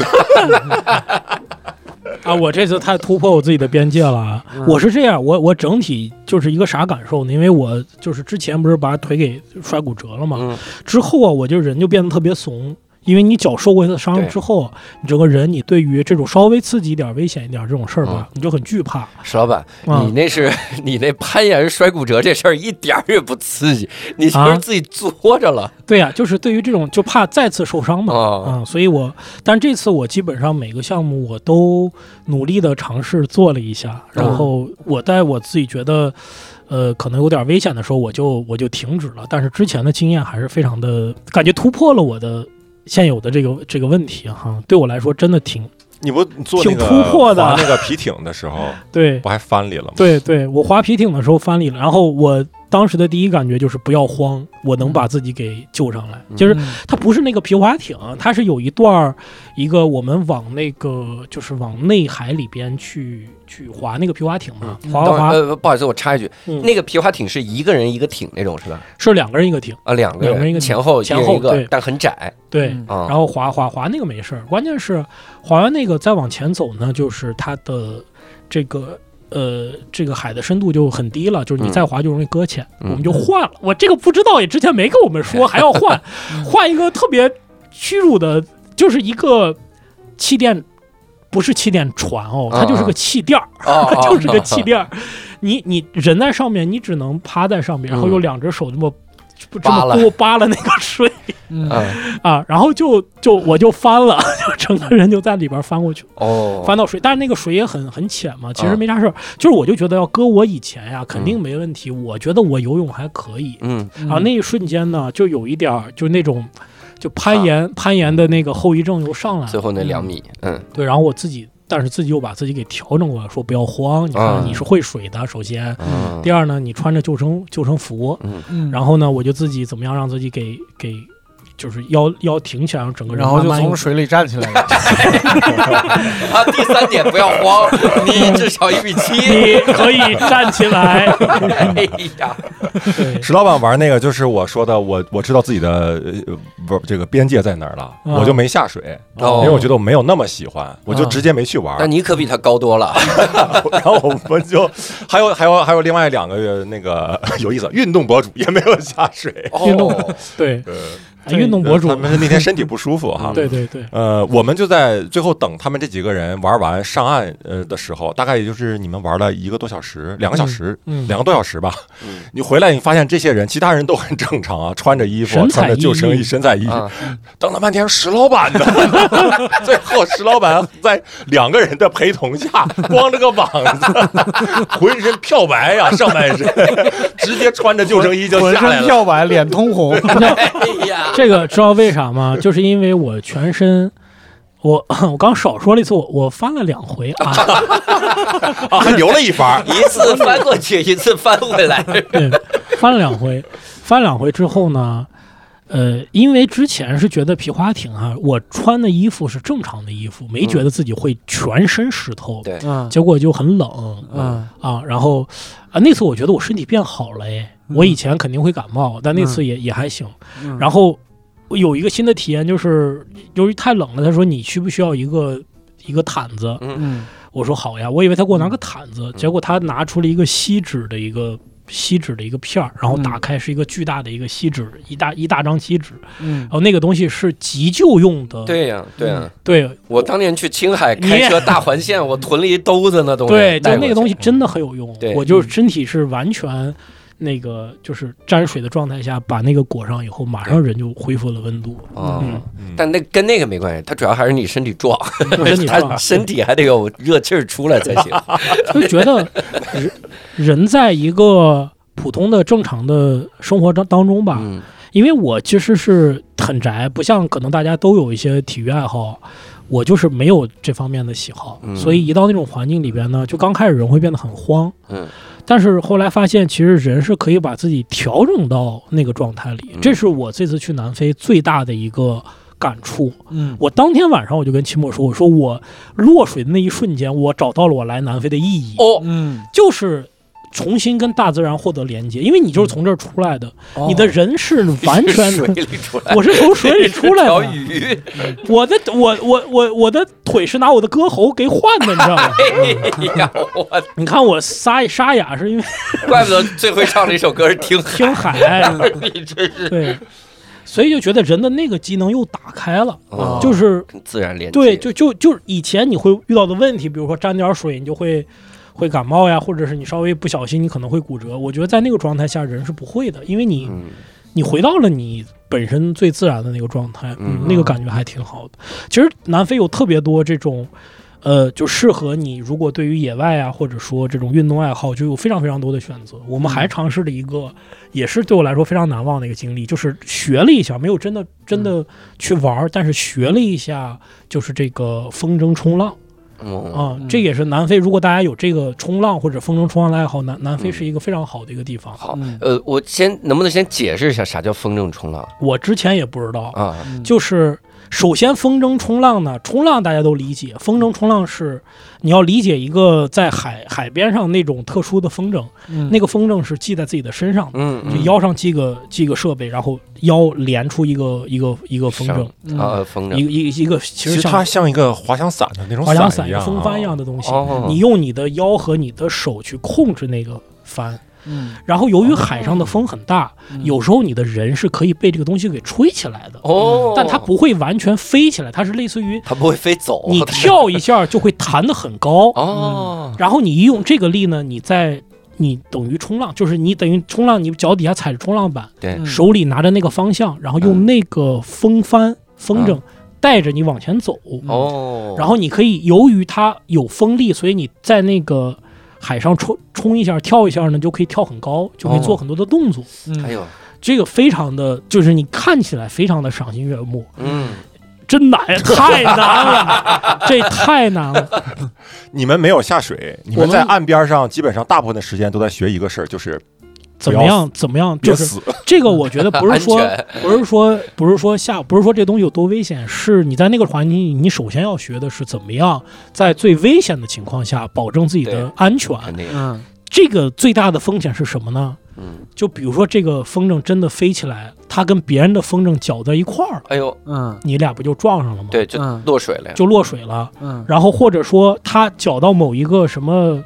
D: 啊，我这次太突破我自己的边界了。啊！
A: 嗯
D: 我是这样，我我整体就是一个啥感受呢？因为我就是之前不是把腿给摔骨折了嘛，
A: 嗯
D: 之后啊，我就人就变得特别怂。因为你脚受过一次伤
A: 对
D: 之后，啊你整个人你对于这种稍微刺激一点、危险一点这种事儿
A: 嗯
D: 吧，你就很惧怕。
A: 石老板，
D: 嗯
A: 你那是 你那攀岩摔骨折这事儿一点儿也不刺激，你就是
D: 啊
A: 自己作着了。
D: 对呀、就是对于这种就怕再次受伤嘛，
A: 哦
D: 啊、所以我，但这次我基本上每个项目我都努力的尝试做了一下，然后我在我自己觉得，呃，可能有点危险的时候，我就我就停止了。但是之前的经验还是非常的，感觉突破了我的现有的这个这个问题哈，对我来说真的挺
E: 你不做那
D: 挺
E: 个
D: 突破的
E: 划那个皮艇的时候，
D: 对
E: 不还翻里了吗？
D: 对对，我划皮艇的时候翻里了，然后我当时的第一感觉就是不要慌，我能
A: 嗯
D: 把自己给救上来。就是它不是那个皮划艇，它是有一段儿，一个我们往那个就是往内海里边去去划那个皮划艇嘛，划划
A: 等会儿
D: 划
A: 呃，不好意思，我插一句，
D: 嗯
A: 那个皮划艇是一个人一个艇那种是吧？
D: 是两个人一个艇，
A: 啊，两个
D: 两个人一
A: 人，
D: 个
A: 前后一
D: 前
A: 人
D: 后
A: 一个
D: 对，
A: 但很窄
D: 对。
B: 嗯
A: 啊。
D: 然后划划划那个没事儿，关键是划完那个再往前走呢，就是它的这个呃这个海的深度就很低了，就是你再划就容易搁浅，
A: 嗯
D: 我们就换了。我这个不知道，也之前没跟我 们说，还要换，换一个特别屈辱的，就是一个气垫。不是气垫船哦，它就是
A: 啊啊
D: 个气垫儿，
A: 哦
D: 它
A: 哦
D: 就是个气垫儿。你你人在上面，你只能趴在上面，然后
A: 嗯
D: 用两只手这么这
A: 扒拉
D: 么多扒拉那个水，
A: 嗯
D: 啊，然后就就我就翻了， 就整个人就在里边翻过去，
A: 哦，
D: 翻到水，但是那个水也很很浅嘛，其
A: 啊
D: 实没啥事儿。就是我就觉得要搁我以前呀，肯定没问题，我觉得我游泳还可以。
A: 嗯
D: 啊，那一瞬间呢，就有一点儿就那种。就攀岩，攀岩的那个后遗症又上来了。
A: 最后那两米，嗯
D: 对，然后我自己，但是自己又把自己给调整过来，说不要慌，你
A: 啊
D: 看你是会水的，首先，
A: 嗯
D: 第二呢，你穿着救生救生服，
B: 嗯
D: 然后呢，我就自己怎么样让自己给给，就是腰腰挺起来，整个人
B: 然后就
D: 慢慢
B: 从水里站起来了。
A: 啊，第三点不要 慌，你至少一米七。
D: 你可以站起 来。
B: 哦
A: 哎呀，
D: 对
E: 石老板玩那个就是我说的，我我知道自己的呃不这个边界在哪儿了，
D: 嗯
E: 我就没下水，
A: 哦
E: 因为我觉得我没有那么喜欢，我就直接没去玩。
A: 那你可比他高多了。
E: 然后我们就还有还有还有另外两个那个 有意思，运动博主也没有下水，
D: 运动
A: 哦，
D: 对，
E: 呃，
D: 哎运动博主
E: 他，们是那天身体不舒服哈。
D: 对对 对，
E: 呃，我们就在最后等他们这几个人玩完上岸呃的时候，大概也就是你们玩了一个多小时，两个小时，
D: 嗯嗯
E: 两个多小时吧。你回来，你发现这些人，其他人都很正常啊，穿着衣服，
D: 神采
E: 穿着救生
D: 奕
E: 衣，
D: 奕
E: 神采奕奕
A: 啊。
E: 等了半天，石老板呢？ 最后，石老板在两个人的陪同下，光着个膀子， 浑身漂白呀、上半身 直接穿着救生衣就
B: 浑
E: 下来
B: 身
E: 了。
B: 漂白，脸通 红。
A: 哎呀，
D: 这个知道为啥吗？就是因为我全身。我 我刚少说了一次，我我翻了两回啊，
E: 啊，还留了一发儿。
A: 一次翻过去，一次翻回来。
D: 对，翻了两回，翻了两回之后呢，呃，因为之前是觉得皮划艇啊，我穿的衣服是正常的衣服，没觉得自己会全身湿 透，
A: 对
B: 嗯
D: 结果就很冷，
B: 嗯
D: 啊，然后啊，那次我觉得我身体变好了哎，我以前肯定会感冒，但那次也、也还行。然后我有一个新的体验就是，由于太冷了，他说你需不需要一个一个毯子？
A: 嗯
B: 嗯
D: 我说好呀，我以为他给我拿个毯子，结果他拿出了一个锡纸的一个锡纸的一个片儿，然后
B: 嗯
D: 打开是一个巨大的一个锡纸，一大一大张锡纸，
B: 嗯
D: 然，后那个东西是急救用的，
A: 对呀、对呀、
D: 对
A: 我当年去青海
D: 你
A: 开车大环线，我囤了一兜子那东西，
D: 嗯对，就
A: 带过
D: 那
A: 去
D: 个东西真的很有用
A: 对。
D: 我
B: 嗯
D: 就是身体是完全那个就是沾水的状态下，把那个裹上以后，马上人就恢复了温度。
A: 啊。
D: 嗯
E: 嗯
A: 但那跟那个没关系，它主要还是你身体壮，
D: 我身体上
A: 它身体还得有热气儿出来才 行。
D: 就觉得人人在一个普通的正常的生活当当中吧，
A: 嗯
D: 因为我其实是很宅，不像可能大家都有一些体育爱好，我就是没有这方面的喜好，
A: 嗯
D: 所以一到那种环境里边呢，就刚开始人会变得很慌，
A: 嗯，
D: 但是后来发现，其实人是可以把自己调整到那个状态里
A: 嗯，
D: 这是我这次去南非最大的一个感触，
B: 嗯
D: 我当天晚上我就跟秦墨说，我说我落水的那一瞬间，我找到了我来南非的意义，
A: 哦，
B: 嗯，
D: 就是。重新跟大自然获得连接，因为你就是从这儿出来的，你的人是完全
A: 哦水里出来，
D: 我啊是从水里出来
A: 条
D: 的，
A: 鱼，
D: 我的我我我我的腿是拿我的歌喉给换的，你知 道吗？
A: 哎呀，我
D: 你看我沙沙哑是因为
A: 怪不得最会唱这首歌是听海，
D: 听海，
A: 你真是
D: 对，所以就觉得人的那个机能又打开了，
A: 哦
D: 就是
A: 跟自然连接。
D: 对，就就就是以前你会遇到的问题，比如说沾点水你就会会感冒呀，或者是你稍微不小心你可能会骨折。我觉得在那个状态下人是不会的，因为你、
A: 嗯
D: 你回到了你本身最自然的那个状态，
A: 嗯
D: 那个感觉还挺好的。其实南非有特别多这种。呃，就适合你。如果对于野外啊，或者说这种运动爱好，就有非常非常多的选择。我
A: 嗯
D: 们还尝试了一个，也是对我来说非常难忘的一个经历，就是学了一下，没有真的真
A: 嗯
D: 的去玩儿，但是学了一下，就是这个风筝冲浪
A: 嗯
D: 啊，这也是南非。如果大家有这个冲浪或者风筝冲浪的爱好，南南非是一个非常好的一个地方。
A: 嗯好，呃，我先能不能先解释一下啥叫风筝冲浪
D: 我之前也不知道，
A: 啊？
D: 就是首先风筝冲浪呢，冲浪大家都理解，风筝冲浪是你要理解一个在海海边上那种特殊的风筝，那个风筝是系在自己的身上的。
A: 嗯，
D: 就
A: 嗯
D: 腰上系个系个设备，然后腰连出一个一个一个风
A: 上
D: 筝，嗯
A: 啊，风筝
D: 一个一个一个，其
E: 其
D: 实
E: 实
D: 像
E: 它像一个滑翔伞的那种
D: 滑翔
E: 伞
D: 伞、
E: 一样啊，
D: 风帆一样的东西，
A: 哦
D: 你用你的腰和你的手去控制那个帆。嗯，然后由于海上的风很大，嗯有时候你的人是可以被这个东西给吹起来的，
A: 哦，
D: 但它不会完全飞起来，它是类似于
A: 它不会飞走，
D: 你跳嗯一下就会弹得很高，
A: 哦，
D: 然后你一用这个力呢，你在你等于冲浪，就是你等于冲浪，你脚底下踩着冲浪板，
A: 对
D: 手里拿着那个方向，然后用那个风帆、风筝带着你往前走。
A: 嗯哦，
D: 嗯然后你可以由于它有风力，所以你在那个海上冲冲一下、跳一下呢，就可以跳很高，就
A: 哦
D: 可以做很多的动作。
A: 还有，
D: 这个非常的，就是你看起来非常的赏心悦目，
A: 嗯，
D: 真难， 太难了，这太难了。
E: 你们没有下水，你
D: 我
E: 们
D: 们
E: 在岸边上基本上大部分的时间都在学一个事儿，就是
D: 怎么样？怎么样？
E: 别
D: 就是
E: 死。
D: 这个我觉得不是说
A: 安全
D: 不是说不是说下不是说这东西有多危险，是你在那个环境里，你首先要学的是怎么样在最危险的情况下保证自己
A: 对
D: 的安全。
A: 肯定，
B: 嗯
D: 这个最大的风险是什么呢？
A: 嗯，
D: 就比如说这个风筝真的飞起来，它跟别人的风筝搅在一块儿，
A: 哎呦，
B: 嗯
D: 你俩不就撞上了吗？，
A: 对，就
B: 嗯
A: 落水了呀，
D: 就落水了。
B: 嗯
D: 然后或者说它搅到某一个什么。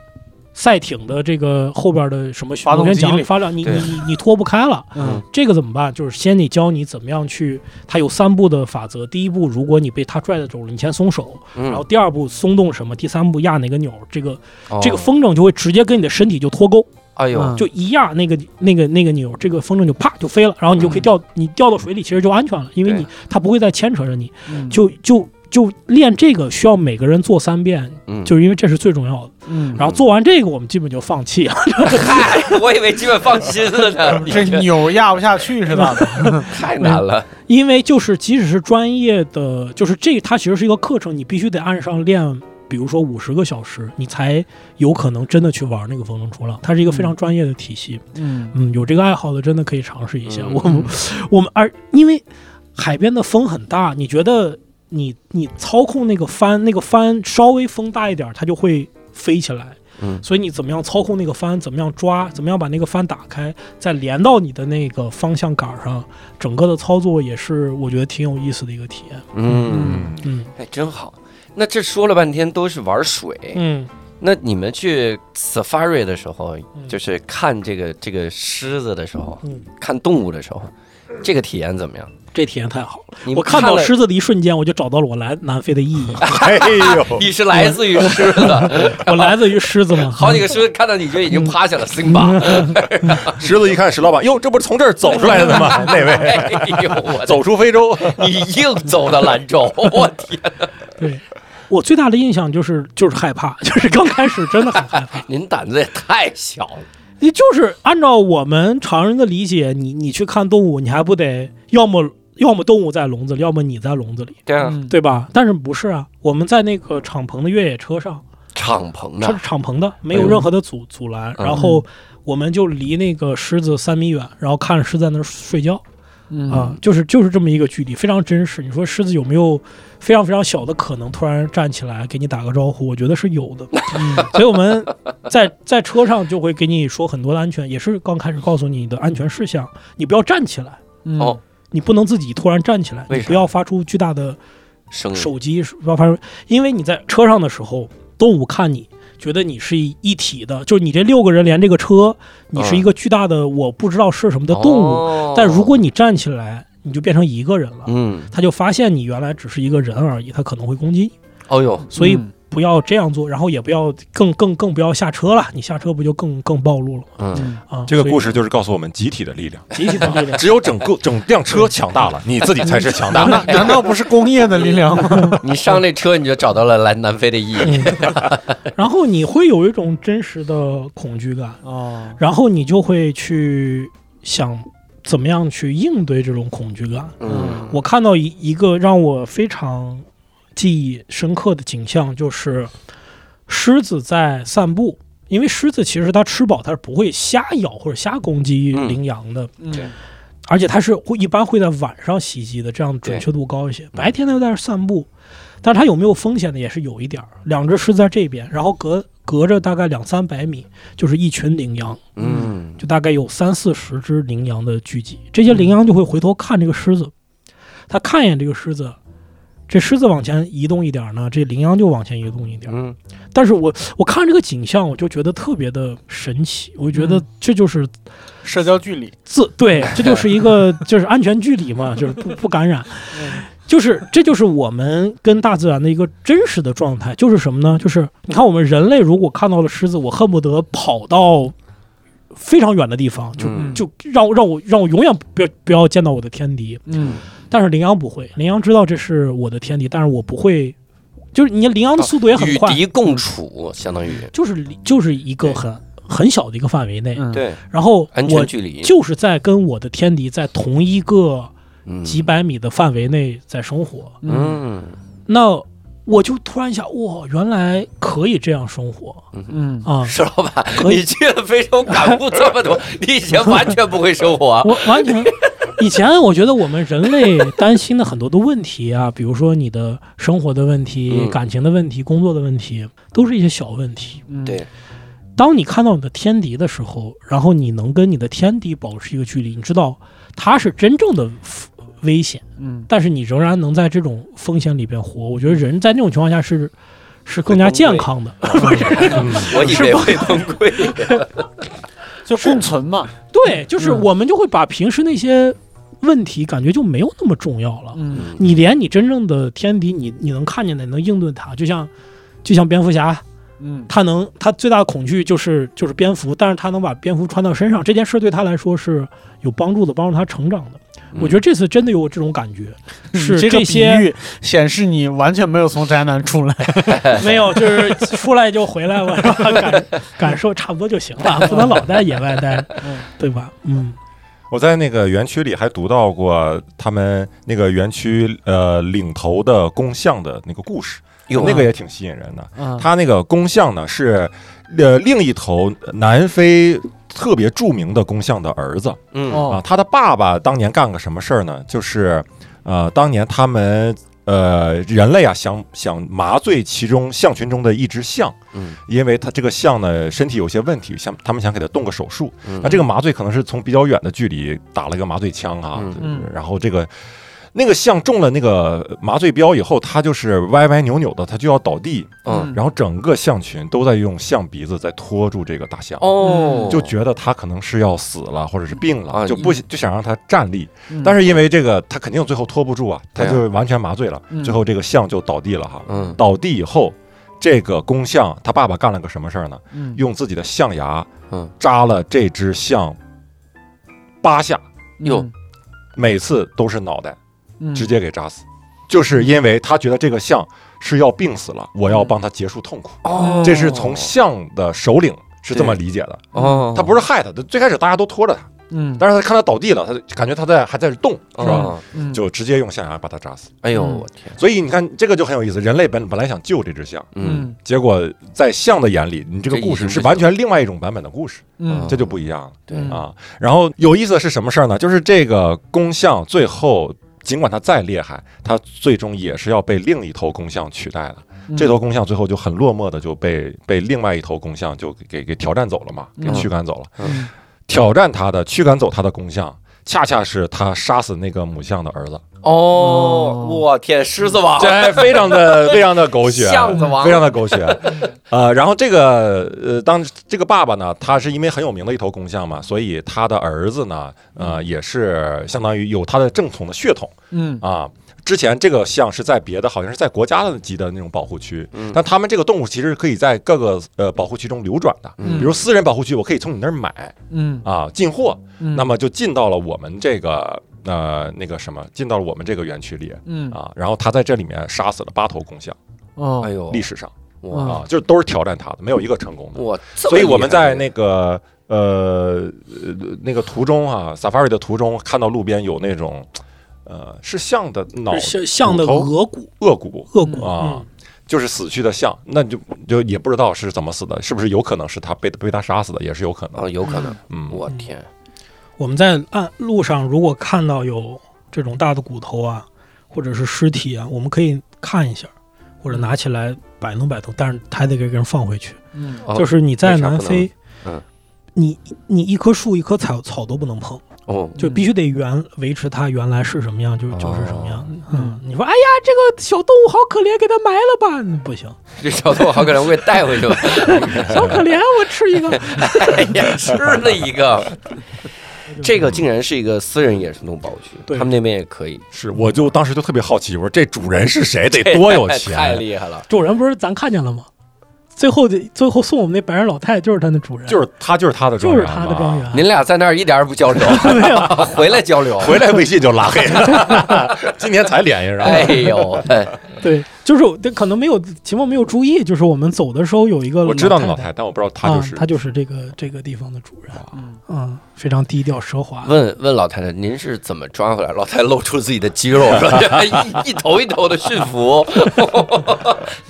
D: 赛艇的这个后边的什么
B: 发动
D: 螺旋
B: 机
D: 桨
B: 里
D: 发动，你
A: 对
D: 你你你脱不开了，
B: 嗯
D: 这个怎么办？就是先得教你怎么样去，它有三步的法则。第一步，如果你被它拽着走了，你先松手；
A: 嗯
D: 然后第二步松动什么，第三步压哪个钮儿，这个
A: 哦
D: 这个风筝就会直接跟你的身体就脱钩，
A: 哎呦，
B: 嗯
D: 就一压那个那个那个钮儿，这个风筝就啪就飞了，然后你就
B: 嗯
D: 可以掉，你掉到水里其实就安全了，因为你
A: 对
D: 它不会再牵扯着你。
B: 嗯
D: 就就就练这个需要每个人做三遍，
A: 嗯，
D: 就是因为这是最重要的。
B: 嗯，
D: 然后做完这个，我们基本就放弃了。
A: 嗨，我以为基本放心了 呢，你
B: 这钮压不下去是咋的？
A: 太难了，
D: 因为就是即使是专业的，就是这个它其实是一个课程，你必须得按上练，比如说五十个小时，你才有可能真的去玩那个风筝冲浪。它是一个非常专业的体系，
B: 嗯
D: 嗯，有这个爱好的真的可以尝试一下。
A: 嗯
D: 我们我们而因为海边的风很大，你觉得你你操控那个帆，那个帆稍微风大一点，它就会飞起来。
A: 嗯
D: 所以你怎么样操控那个帆，怎么样抓，怎么样把那个帆打开，再连到你的那个方向杆上，整个的操作也是我觉得挺有意思的一个体验。
A: 嗯，
E: 嗯，
D: 嗯
A: 哎，真好。那这说了半天都是玩水，
D: 嗯，
A: 那你们去 safari 的时候，就是看这个这个狮子的时候，
D: 嗯
A: 看动物的时候，这个体验怎么样？
D: 这体验太好了。
A: 你
D: 我看到
A: 了
D: 狮子的一瞬间，我就找到了我来南非的意 义。
E: 哎呦，
A: 你是来自于狮 子，
D: 我来自于狮子嘛，
A: 好几个狮子看到你就已经趴下了，辛巴。
D: 嗯
E: 石子一看石老板，哟，这不是从这儿走出来的吗？ 那 位
A: 哎呦，我的
E: 走出非洲，
A: 你硬走到兰州，我天！
D: 对。 我最大的印象就是就是害怕， 就是刚开始真的很害怕。
A: 您胆子也太小了。
D: 你就是按照我们常人的理解，你你去看动物，你还不得要么要么动物在笼子里，要么你在笼子里，
A: 对啊，
B: 嗯
D: 对吧？但是不是啊？我们在那个敞篷的越野车上，
A: 敞篷
D: 它是
A: 呢？
D: 敞篷的，没
A: 哎
D: 有
A: 呦
D: 任何的阻阻拦，
A: 嗯
D: 然后我们就离那个狮子三米远，然后看着狮子在那儿睡觉。啊，就是就是这么一个距离，非常真实。你说狮子有没有非常非常小的可能突然站起来给你打个招呼？我觉得是 有的。所以我们在在车上就会给你说很多的安全，也是刚开始告诉你的安全事项，你不要站起来，
B: 嗯
A: 哦，
D: 你不能自己突然站起来，
A: 为
D: 你
A: 啥
D: 不要发出巨大的
A: 声音
D: 手机不要发出，因为你在车上的时候，动物看你。觉得你是一体的，就是你这六个人连这个车，你是一个巨大的我不知道是什么的动物，
A: 哦
D: 但如果你站起来，你就变成一个人了，
A: 嗯，
D: 他就发现你原来只是一个人而已，他可能会攻击你，
A: 哦呦，
D: 所以
B: 嗯
D: 不要这样做，然后也不要更更更不要下车了，你下车不就更更暴露了吗？
A: 嗯，
D: 啊，
E: 这个故
D: 事
E: 事就是告诉我们集体的力量，
D: 集体的力量，
E: 只有整个整辆车强大了，你自己才是强大
B: 难
E: 的。
B: 道难道不是工业的力量吗？
A: 你上这车你就找到了来南非的意义。
D: 然后你会有一种真实的恐惧感，
B: 哦，
D: 然后你就会去想怎么样去应对这种恐惧感。
A: 嗯，
D: 我看到一一个让我非常记忆深刻的景象，就是狮子在散步。因为狮子其实它吃饱，它是不会瞎咬或者瞎攻击
A: 嗯
D: 羚羊的，
B: 嗯
D: 而且它是会一般会在晚上袭击的，这样准确度高一些。白天它又在这散步，但是它有没有风险呢？也是有一点儿。两只狮子在这边，然后隔隔着大概两三百米就是一群羚羊，
A: 嗯，
D: 就大概有三四十只羚羊的聚集，这些羚羊就会回头看这个狮子，它看一眼这个狮子，这狮子往前移动一点儿呢，这羚羊就往前移动一点儿。
A: 嗯，
D: 但是我我看这个景象，我就觉得特别的神奇，我觉
A: 嗯
D: 得这就是
B: 社交距离，
D: 自 对，这就是一个就是安全距离嘛，就是不不感染，
A: 嗯
D: 就是这就是我们跟大自然的一个真实的状态，就是什么呢？就是你看我们人类如果看到了狮子，我恨不得跑到非常远的地方，就、
A: 嗯
D: 就让我让我让我永远不要不要见到我的天敌。
B: 嗯，
D: 但是羚羊不会，羚羊知道这是我的天敌，但是我不会，就是你羚羊的速度也很
A: 啊与
D: 快，
A: 敌共处，相当于
D: 就是就是一个很很小的一个范围内，
B: 嗯
A: 对
D: 然后
A: 安
D: 我
A: 全距离，
D: 就是在跟我的天敌在同一个
A: 嗯
D: 几百米的范围内在生活。
A: 嗯
D: 那我就突然想，哇，原来可以这样生活
B: 嗯，
D: 啊！
A: 石老板，
D: 可以
A: 你去了非洲感悟这么多，你以前完全不会生 活。
D: 我完全。以前我觉得我们人类担心的很多的问题啊，比如说你的生活的问题、
A: 嗯
D: 感情的问题、工作的问题，都是一些小问题。
E: 嗯
A: 对，
D: 当你看到你的天敌的时候，然后你能跟你的天敌保持一个距离，你知道它是真正的危险，
B: 嗯，
D: 但是你仍然能在这种风险里边活。我觉得人在那种情况下是是更加
A: 会崩溃
D: 健康的，
A: 我以为会崩溃。
B: 就共存嘛，
D: 对，就是我们就会把平时那些问题感觉就没有那么重要了。
B: 嗯
D: 你连你真正的天敌，你你能看见的，你能应对它，就像就像蝙蝠侠，
B: 嗯
D: 他能他最大的恐惧就是就是蝙蝠，但是他能把蝙蝠穿到身上，这件事对他来说是有帮助的，帮助他成长的。我觉得这次真的有这种感觉，是
B: 你嗯这个
D: 些
B: 比喻显示你完全没有从宅男出来，哎
D: 没有，就是出来就回来 吧，是吧感感受差不多就行了，不能老在野外待着，对吧？嗯，
E: 我在那个园区里还读到过他们那个园区呃领头的公象的那个故事，
A: 有
E: 那个也挺吸引人的。
B: 嗯
E: 它那个公象呢是呃另一头南非特别著名的公象的儿子
A: 嗯
E: 啊
B: 哦，，
E: 他的爸爸当年干个什么事儿呢？就是呃当年他们。呃，人类啊，想想麻醉其中象群中的一只象，
A: 嗯，
E: 因为它这个象呢身体有些问题，想他们想给它动个手术，
A: 嗯
E: 那这个麻醉可能是从比较远的距离打了一个麻醉枪啊，
A: 嗯
E: 就是
B: 嗯
E: 然后这个那个象中了那个麻醉标以后，它就是歪歪扭扭的，它就要倒地。
A: 嗯，
E: 然后整个象群都在用象鼻子在拖住这个大象，
A: 哦，
E: 嗯就觉得它可能是要死了或者是病了，
A: 啊
E: 就不就想让它站立。
B: 嗯
E: 但是因为这个，它肯定最后拖不住啊，它
A: 对啊
E: 就完全麻醉了，
B: 嗯
E: 最后这个象就倒地了哈。
A: 嗯
E: 倒地以后，这个公象他爸爸干了个什么事儿呢？
B: 嗯
E: 用自己的象牙
A: 嗯
E: 扎了这只象八下，
A: 哟
B: 嗯
E: 每次都是脑袋，
B: 嗯
E: 直接给扎死，就是因为他觉得这个象是要病死了，我要帮他结束痛苦。
A: 哦
E: 这是从象的首领是这么理解的，
A: 哦，
E: 他不是害他的，最开始大家都拖着他，
B: 嗯，
E: 但是他看他倒地了，他就感觉他在还在动，是吧？
A: 哦，
B: 嗯
E: 就直接用象牙把他扎死。
A: 哎呦
B: 嗯
A: 我天，
E: 所以你看，这个就很有意思。人类本本来想救这只象，
A: 嗯，
E: 结果在象的眼里，你这个
A: 这已
E: 故事
A: 经
E: 是
A: 不
E: 完
A: 行
E: 全另外一种版本的故事，
B: 嗯
E: 这就不一样了。
A: 对
E: 啊，然后有意思的是什么事儿呢？就是这个公象最后，尽管它再厉害，它最终也是要被另一头公象取代的。这头公象最后就很落寞的就被被另外一头公象就给给给挑战走了嘛，给
B: 嗯
E: 驱赶走了。
A: 嗯
E: 挑战它的、驱赶走它的公象，恰恰是它杀死那个母象的儿子，
A: 哦，我天，狮子王，
E: 这非常的非常的狗血，啊
A: 巷子王
E: 非常的狗血。呃，然后这个呃，当这个爸爸呢，他是因为很有名的一头公象嘛，所以他的儿子呢，呃，
A: 嗯
E: 也是相当于有他的正统的血统
B: 嗯
E: 啊。之前这个象是在别的，好像是在国家的级的那种保护区，但他们这个动物其实是可以在各个呃保护区中流转的，
B: 嗯
E: 比如私人保护区，我可以从你那儿买
B: 嗯
E: 啊进货，
B: 嗯
E: 那么就进到了我们这个呃那个什么，进到了我们这个园区里，
B: 嗯
E: 啊，然后他在这里面杀死了八头公象，
A: 哎
B: 哦
A: 呦，
E: 历史上
A: 哇
E: 啊，就是都是挑战他的，没有一个成功的。
A: 哇，这么
E: 所以我们
A: 厉害
E: 在那个呃呃那个途中啊，safari 的途中看到路边有那种呃是象的脑
D: 像像的
E: 骨头
D: 额骨
E: 颚骨
D: 额骨
E: 啊，就是死去的象，那就就也不知道是怎么死的，是不是有可能是他被被他杀死的，也是有可能。
A: 啊，有可能，
E: 嗯，
A: 我天，
D: 我们在岸路上如果看到有这种大的骨头啊，或者是尸体啊，我们可以看一下，或者拿起来摆弄摆弄，但是还得给人放回去。
B: 嗯
A: 哦
D: 就是你在南
A: 为
D: 非，
A: 嗯
D: 你你一棵树一棵草草都不能碰，
E: 嗯
A: 哦，
D: 就必须得原维持它原来是什么样，就
A: 哦
D: 就是什么样。嗯，你说哎呀，这个小动物好可怜，给它埋了吧？ 不行，
A: 这小动物好可能我给带回去吧，
D: 小可怜，我吃一个。
A: 哎呀，吃了一 个。这个竟然是一个私人野生动物保护区，
D: 对
A: 他们那边也可以，
E: 是，我就当时就特别好奇，我说这主人是谁，得多有
A: 太
E: 钱，
A: 厉害了！
D: 主人不是咱看见了吗？最后的最后送我们那白人老太太就是他的主人，
E: 就是他就是他的
D: 就
E: 庄
D: 是
E: 园
D: 他的
E: 吧
D: 庄园。
A: 您俩在那儿一点儿也不 交流， 回来交流。
E: 回来微信就拉黑了， 今天才联系上。
A: 哎呦，哎
D: 对，就是我可能没有秦梦没有注意，就是我们走的时候有一个
E: 我知道那老
D: 老
E: 太
D: 太
E: 太，
D: 太，
E: 但我不知道她就是
D: 啊、她就是这个这个地方的主人，嗯，非常低调奢华。
A: 问问老太太，您是怎么抓回来？老太太露出自己的肌肉了， 一一头一头的驯服，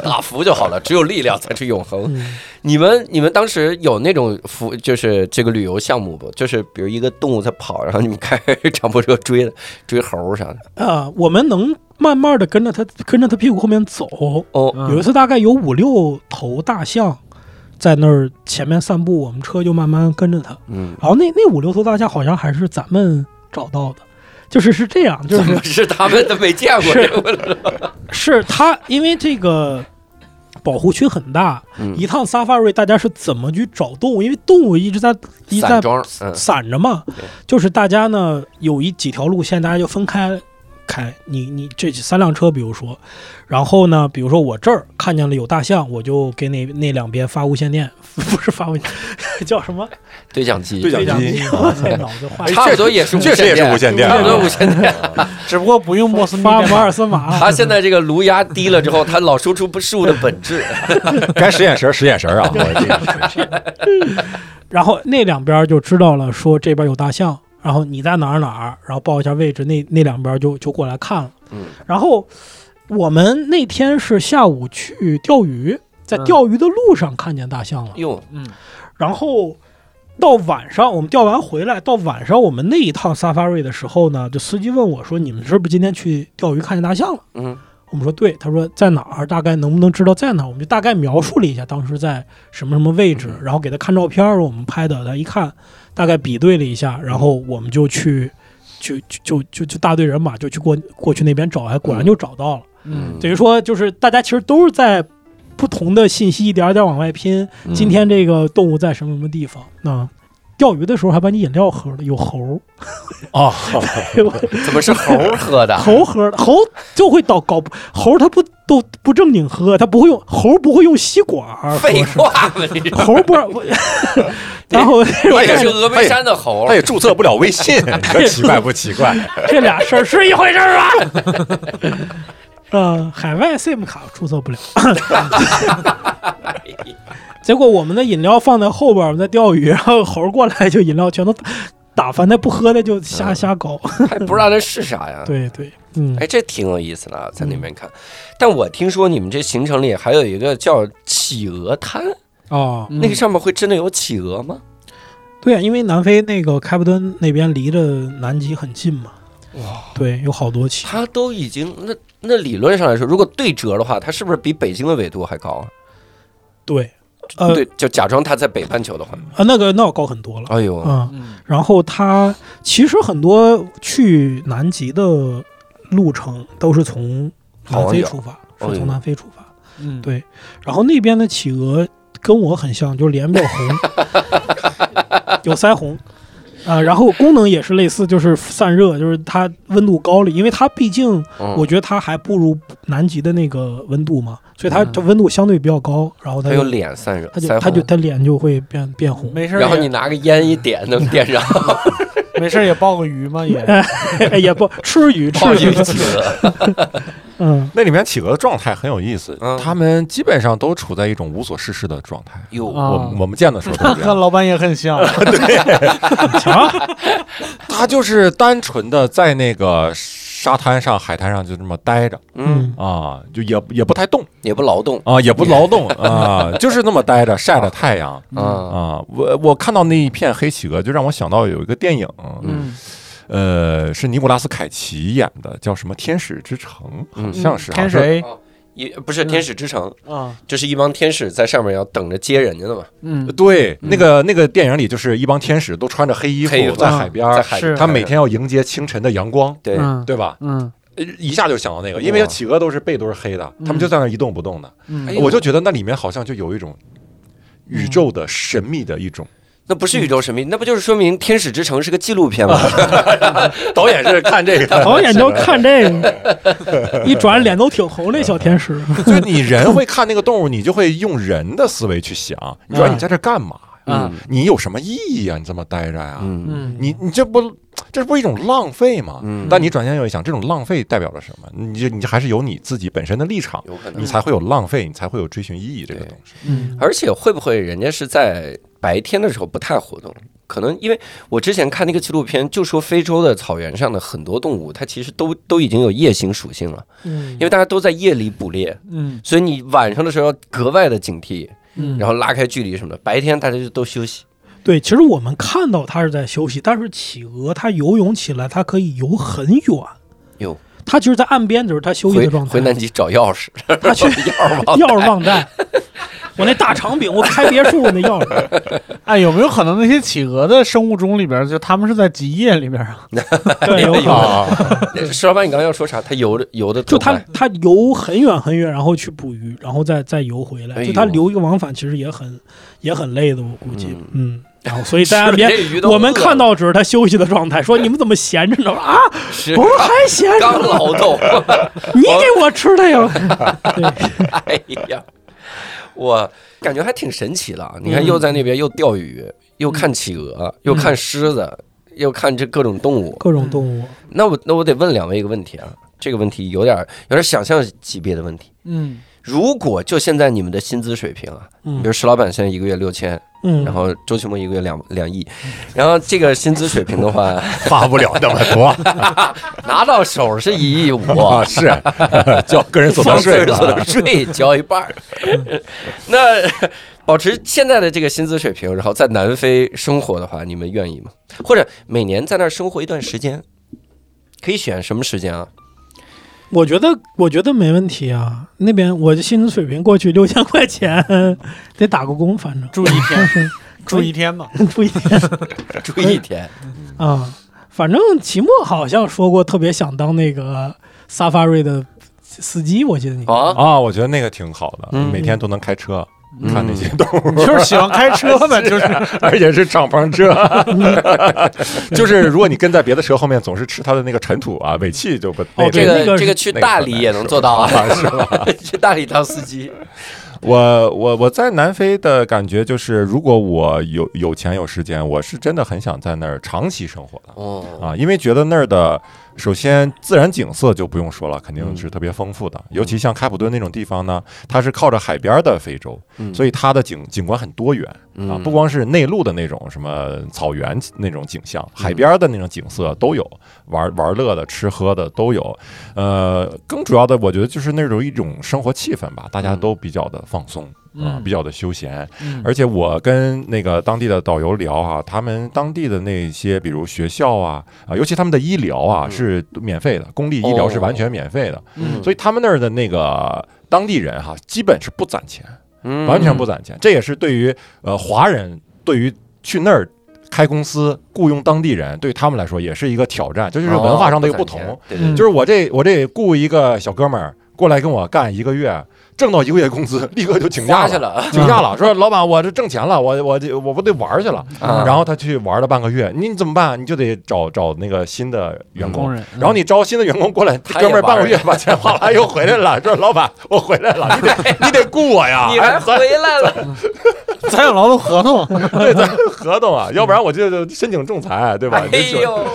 A: 打服就好了。只有力量才是永恒。
D: 嗯，
A: 你们你们当时有那种服，就是这个旅游项目不？就是比如一个动物在跑，然后你们开长波车追的，追猴啥的。
D: 啊，我们能慢慢的跟着他，跟着他屁股后面走。
A: 哦，
E: 嗯
D: 有一次大概有五六头大象在那儿前面散步，我们车就慢慢跟着他。
A: 嗯，
D: 然后那那五六头大象好像还是咱们找到的，就是是这样，就
A: 怎
D: 是
A: 么 是他们都没见过
D: 是
A: 这个？
D: 是它，因为这个保护区很大，
A: 嗯
D: 一趟 safari 大家是怎么去找动物？因为动物一直在一直在
A: 散装，嗯
D: 散着嘛，就是大家呢有一几条路线，大家就分开开。你你这三辆车，比如说，然后呢，比如说我这儿看见了有大象，我就给那那两边发无线电， 不是发无线，叫什么
A: 对讲机，哎
E: 对讲
D: 讲
E: 机
D: 机？我在脑子
E: 哎
D: 坏了。
A: 差不多也是无
E: 确实也是无线电
A: 差不多
E: 啊
A: 无线电。
B: 只不过不用莫斯密
D: 发
B: 电
D: 马
B: 码
D: 尔森马，
A: 他现在这个颅压低了之后，他老说出不事物的本 质。
E: 该使眼神儿使眼神儿啊！我这个
D: 然后那两边就知道了，说这边有大象，然后你在哪儿哪儿，然后报一下位置，那那两边就就过来看了。
A: 嗯，
D: 然后我们那天是下午去钓鱼，在
B: 嗯
D: 钓鱼的路上看见大象了，
A: 哟，
D: 然后。到晚上，我们钓完回来，到晚上我们那一趟 safari 的时候呢，就司机问我说：“你们是不是今天去钓鱼看见大象了
A: 嗯，？”
D: 我们说：“对。”他说：“在哪儿？大概能不能知道在哪儿？”我们就大概描述了一下当时在什么什么位置，然后给他看照片儿，我们拍的，他一看，大概比对了一下，然后我们就去去去就就就大队人马就去过过去那边找，哎还果然就找到了。
B: 嗯
D: 等于说就是大家其实都是在不同的信息一点儿一点儿往外拼。
C: 嗯
D: 今天这个动物在什么什么地方？啊，钓鱼的时候还把你饮料喝了，有猴儿，
E: 哦，
A: 怎么是猴喝的？
D: 猴喝的，猴就会倒搞猴，它不都不正经喝，它不会用猴不会用吸管儿喝
A: 废
D: 是吧，
A: 话嘛，你
D: 猴不让，然后
A: 我也是峨眉山的猴
E: 他。也注册不了微 信，你说奇怪不奇怪？
D: 这俩事儿是一回事儿吧？ 呃，海外 SIM 卡注册不了， 结果我们的饮料放在后边，我们在钓鱼，然后猴儿过来就饮料全都打打翻，那不喝的就
A: 嗯
D: 瞎瞎搞。
A: 还不知道那是啥呀？
D: 对对，嗯，
A: 哎，这挺有意思的，啊，在那边看。但我听说你们这行程里还有一个叫企鹅滩，
D: 哦，
A: 那个上面会真的有企鹅吗？
D: 对啊，因为南非那个开普敦那边离着南极很近嘛，哇，对，有好多企鹅。
A: 它都已经那那理论上来说，如果对折的话，它是不是比北京的纬度还高啊？
D: 对，呃
A: 对，就假装它在北半球的话，
D: 啊，那个那要高很多了。
A: 哎呦，
D: 嗯，然后它其实很多去南极的路程都是从南非出发，
A: 好远
D: 是从南非出发。
B: 嗯
D: 对然后那边的企鹅跟我很像，就是脸比较红，有腮红。啊、然后功能也是类似，就是散热，就是它温度高了，因为它毕竟
A: 嗯
D: 我觉得它还不如南极的那个温度嘛，所以它它温度相对比较高，然后它
A: 它嗯
D: 就
A: 有脸散热，
D: 它就
A: 腮
D: 它就
A: 红，
D: 它脸就会变变红。
B: 没事儿也，
A: 然后你拿个烟一点， 能点上
B: 没事儿也抱个鱼嘛，也
D: 哎 也不吃鱼，吃
A: 泡一
D: 鱼，
A: 个企鹅。
D: 嗯，
E: 那里面企鹅的状态很有意思
A: 嗯，
E: 他们基本上都处在一种无所事事的状态。
A: 哟，
B: 啊
E: 我我们见的时候都是这
B: 和
E: 样，
B: 老板也很 像。
E: 他就是单纯的在那个沙滩上、海滩上就这么待着
A: 嗯，
E: 啊，就也也不太动
A: 也不劳动
E: 啊，也不劳动啊，就是那么待着，晒着太阳
A: 啊，
E: 啊。我我看到那一片黑企鹅，就让我想到有一个电影，
A: 嗯
E: 呃，是尼古拉斯凯奇演的，叫什么《天使之城》，好
A: 嗯
E: 像是，啊
B: 天
E: 好像是
B: 谁
A: 也不是天使之城，
B: 啊？
A: 就是一帮天使在上面要等着接人家的嘛。
B: 嗯
E: 对，那个那个电影里就是一帮天使都穿着黑衣服
A: 黑衣服嗯
E: 在海边儿
A: 在，海
B: 是
E: 他每天要迎接清晨的阳光，
A: 对，
B: 嗯
E: 对吧？
B: 嗯
E: 呃一下就想到那个，因为
A: 哇
E: 企鹅都是背都是黑的，他们就在那儿一动不动的，
A: 哎
B: 嗯，
A: 呦
E: 嗯我就觉得那里面好像就有一种宇宙的神秘的一种。
A: 那不是宇宙神秘，那不就是说明《天使之城》是个纪录片 吗？
E: 导演是看这个，
D: 导演就看这个，一转脸都挺红那小天使。
E: 就是你人会看那个动物，你就会用人的思维去想，你说
B: 嗯
E: 你在这儿干嘛呀？
B: 嗯
E: 你有什么意义啊？你这么待着呀？
A: 嗯
B: 嗯，
E: 你你这不这不是一种浪费吗？
A: 嗯
E: 但你转念又一想，这种浪费代表着什么？你就你还是有你自己本身的立场，
A: 有可能
E: 你。才会有浪费，你才会有追寻意义这个东西。
A: 而且会不会人家是在白天的时候不太活动？可能因为我之前看那个纪录片，就说非洲的草原上的很多动物，它其实都都已经有夜行属性了，
D: 嗯
A: 因为大家都在夜里捕猎，
B: 嗯，
A: 所以你晚上的时候要格外的警惕，
D: 嗯
A: 然后拉开距离什么的。白天大家就都休息，
D: 对，其实我们看到它是在休息，但是企鹅它游泳起来，它可以游很远。
A: 哟，
D: 它就是在岸边，就是它休息
A: 回
D: 的状态
A: 回。南极找钥匙，
D: 它去
A: 钥匙 忘
D: 钥匙忘带，我那大长柄，我开别墅那 钥匙。
B: 哎，有没有可能那些企鹅的生物钟里边儿，就他们是在极夜里边儿啊？
D: 对，有可能。
A: 了。石老板，你刚刚要说啥？他游的游的
D: 就它它游很远很远，然后去捕鱼，然后再再游回
A: 哎
D: 来。
A: 呦
D: 就它游一个往返，其实也很也很累的，我估计
A: 嗯。
D: 嗯，然后所以 在岸边
A: 这。鱼都
D: 我们
A: 饿了
D: 看到只是他休息的状态，说你们怎么闲着呢？ 啊，
A: 是
D: 不是还闲着
A: 刚
D: 呢？
A: 劳动。
D: 你给我吃的呀！ 对，
A: 哎呀，我感觉还挺神奇的。啊！你看，又在那边又钓鱼，
D: 嗯
A: 又看企鹅，又看狮子，又看这各种动物。
D: 各种动物，
A: 那我那我得问两位一个问题啊，这个问题有点有点想象级别的问题。
B: 嗯
A: 如果就现在你们的薪资水平啊，比
D: 嗯
A: 如石老板现在一个月六千，
D: 嗯，
A: 然后周奇墨一个月两两亿，然后这个薪资水平的 话，
E: 发不了那么多
A: 拿到手是一亿五，
E: 啊，是 交 个人所得
A: 所得
E: 税了。啊
A: 税交一半儿。那保持现在的这个薪资水平，然后在南非生活的话，你们愿意吗？或者每年在那儿生活一段时间，可以选什么时间啊？
D: 我觉得我觉得没问题啊。那边我的薪资水平过去六千块钱，得打个工，反正
B: 住一天，
D: 是
B: 住一天嘛。
D: 住一天
A: 住一天，
D: 啊。反正齐墨好像说过特别想当那个 Safari 的司机，我记得你
A: 啊，
E: 啊，我觉得那个挺好的，
A: 嗯
E: 每天都能开车，看那些动物，
B: 你 就是喜欢开车呗， 就是 啊
E: 而且是敞篷车，就是如果你跟在别的车后面，总是吃它的那个尘土啊，尾气就不。那
A: 这
D: 那个
A: 个
D: 是
A: 这个去大理也能做到啊， 去大理当司 机，
E: 啊我我我在南非的感觉就是，如果我有有钱有时间，我是真的很想在那儿长期生活的。
A: 哦，
E: 啊，因为觉得那儿的首先自然景色就不用说了，肯定
A: 嗯
E: 是特别丰富的。尤其像开普敦那种地方呢，它是靠着海边儿的非洲，
A: 嗯
E: 所以它的景景观很多元啊
A: 嗯，
E: 不光是内陆的那种什么草原那种景
A: 嗯
E: 象，海边儿的那种景色都有，玩玩乐的、吃喝的都有。呃，更主要的，我觉得就是那种一种生活气氛吧，大家都比较的放松。
A: 嗯
E: 啊，比较的休闲，而且我跟那个当地的导游聊啊，他们当地的那些，比如学校啊，啊，尤其他们的医疗啊是免费的，公立医疗是完全免费的，
A: 哦嗯
E: 所以他们那儿的那个当地人哈、基本是不攒钱，
A: 嗯
E: 完全不攒钱。这也是对于呃华人对于去那儿开公司雇佣当地人，对他们来说也是一个挑战，这就是文化上的一个不同。嗯
A: 哦攒钱对对对，
E: 就是我这我这雇一个小哥们儿过来跟我干一个月，挣到一个月工资， 立刻就请假
A: 花去了，
E: 请假了，说老板，我这挣钱了，我我这我不得玩儿去了。
A: 啊
E: 然后他去玩了半个月，你怎么办？你就得找找那个新的员工
B: 工。人
E: 然后你招新的员工过来，
A: 嗯他
E: 哥们
A: 也
E: 儿
A: 玩
E: 半个
A: 儿
E: 月把钱花完又回来了，说老板，我回来了，你得 你得雇我呀，
A: 你还回来 了，
B: 咱有劳动合 同，
E: 对咱有合同啊，要不然我就就申请仲裁，对吧？
A: 哎呦，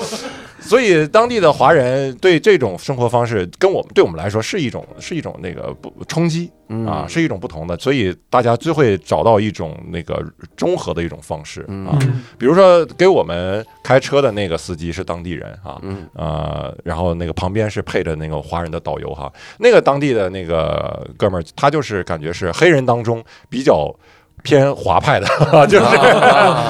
E: 所以当地的华人对这种生活方式，跟我们对我们来说是一种是一种那个不冲击啊，是一种不同的，所以大家就会找到一种那个中和的一种方式啊。比如说给我们开车的那个司机是当地人啊，
A: 嗯
E: 呃，然后那个旁边是配着那个华人的导游哈，那个当地的那个哥们儿，他就是感觉是黑人当中比较。偏华派的， 就是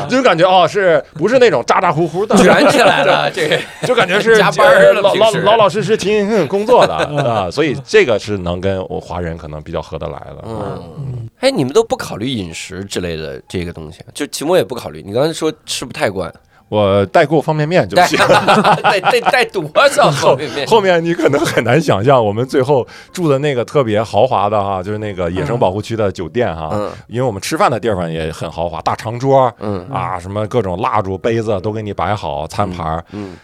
E: 就是感觉哦，是不是那种咋咋呼呼的，
A: 卷起来了，这个
E: 就感觉是
A: 加班儿了
E: 老老
A: 平时
E: 老老实实、勤勤恳恳工作的啊，所以这个是能跟我华人可能比较合得来的。嗯，
A: 嗯，哎，你们都不考虑饮食之类的这个东西，啊就期末也不考虑。你刚才说吃不太惯，
E: 我代购方便面就
A: 带
E: 行。
A: 带带带多 少方便面？
E: 后面你可能很难想象，我们最后住的那个特别豪华的哈，就是那个野生保护区的酒店哈，
A: 嗯
E: 因为我们吃饭的地方也很豪华，大长桌，
A: 嗯
E: 啊，什么各种蜡烛、杯子都给你摆好，餐盘儿。
A: 嗯，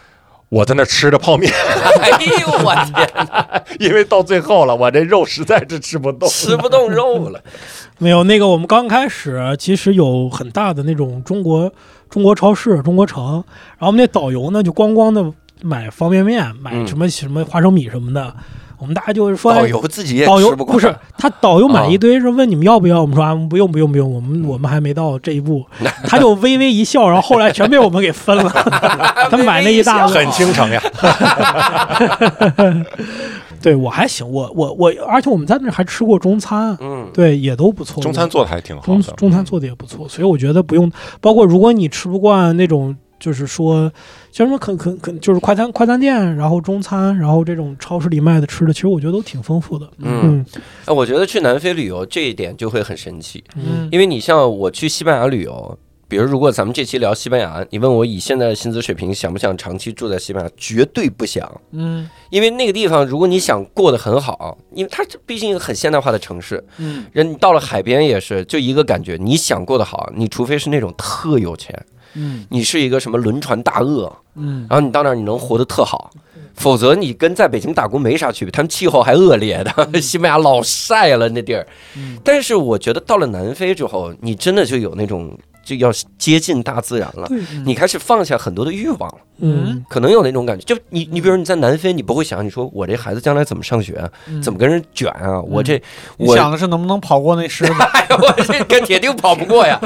E: 我在那吃着泡面，
A: 哎呦我 天，
E: 因为到最后了，我这肉实在是吃不动，
A: 吃不动肉了。
D: 没有那个，我们刚开始啊其实有很大的那种中国中国超市、中国城，然后我们那导游呢就光光的买方便面，买
A: 嗯
D: 什么什么花生米什么的，我们大家就是说。
A: 导
D: 哎
A: 游自己也
D: 导游
A: 吃
D: 不
A: 惯， 啊
D: 是他，导游买一堆说问你们要不要，我们说啊不用不用不用，我
A: 嗯
D: 们我们还没到这一 步，他就微微一笑，然后后来全被我们给分了，他买那一大
A: 微微
E: 很倾城呀。
D: 对我还行，我我我，而且我们在那儿还吃过中餐，
A: 嗯，
D: 对，也都不错。
E: 中餐做的还挺好
D: 中
E: 的，
D: 中餐做的也不错，所以我觉得不用。包括如果你吃不惯那种，就是说像什么肯肯肯，就是快餐快餐店，然后中餐，然后这种超市里卖的吃的，其实我觉得都挺丰富的。
A: 嗯
D: 嗯
A: 哎，我觉得去南非旅游这一点就会很神奇，
D: 嗯
A: 因为你像我去西班牙旅游，比如如果咱们这期聊西班牙，你问我以现在的薪资水平想不想长期住在西班牙，绝对不想。
B: 嗯
A: 因为那个地方，如果你想过得很好，因为它这毕竟很现代化的城市，
B: 嗯，
A: 人你到了海边也是，就一个感觉，你想过得好，你除非是那种特有钱，
B: 嗯
A: 你是一个什么轮船大鳄，
B: 嗯，
A: 然后你到那儿你能活得特好，否则你跟在北京打工没啥区别，他们气候还恶劣
B: 嗯
A: 的， 西班牙老晒了那地儿。但是我觉得到了南非之后，你真的就有那种就要接近大自然了，
B: 嗯
A: 你开始放下很多的欲望了。
D: 嗯
A: 可能有那种感觉，就你
B: 嗯
A: 你比如你在南非，你不会想你说我这孩子将来怎么上学啊，怎么跟人卷啊，我这
B: 嗯你
A: 我
B: 想的是能不能跑过那狮 子？
A: 哎呀，我这跟铁定跑不过呀！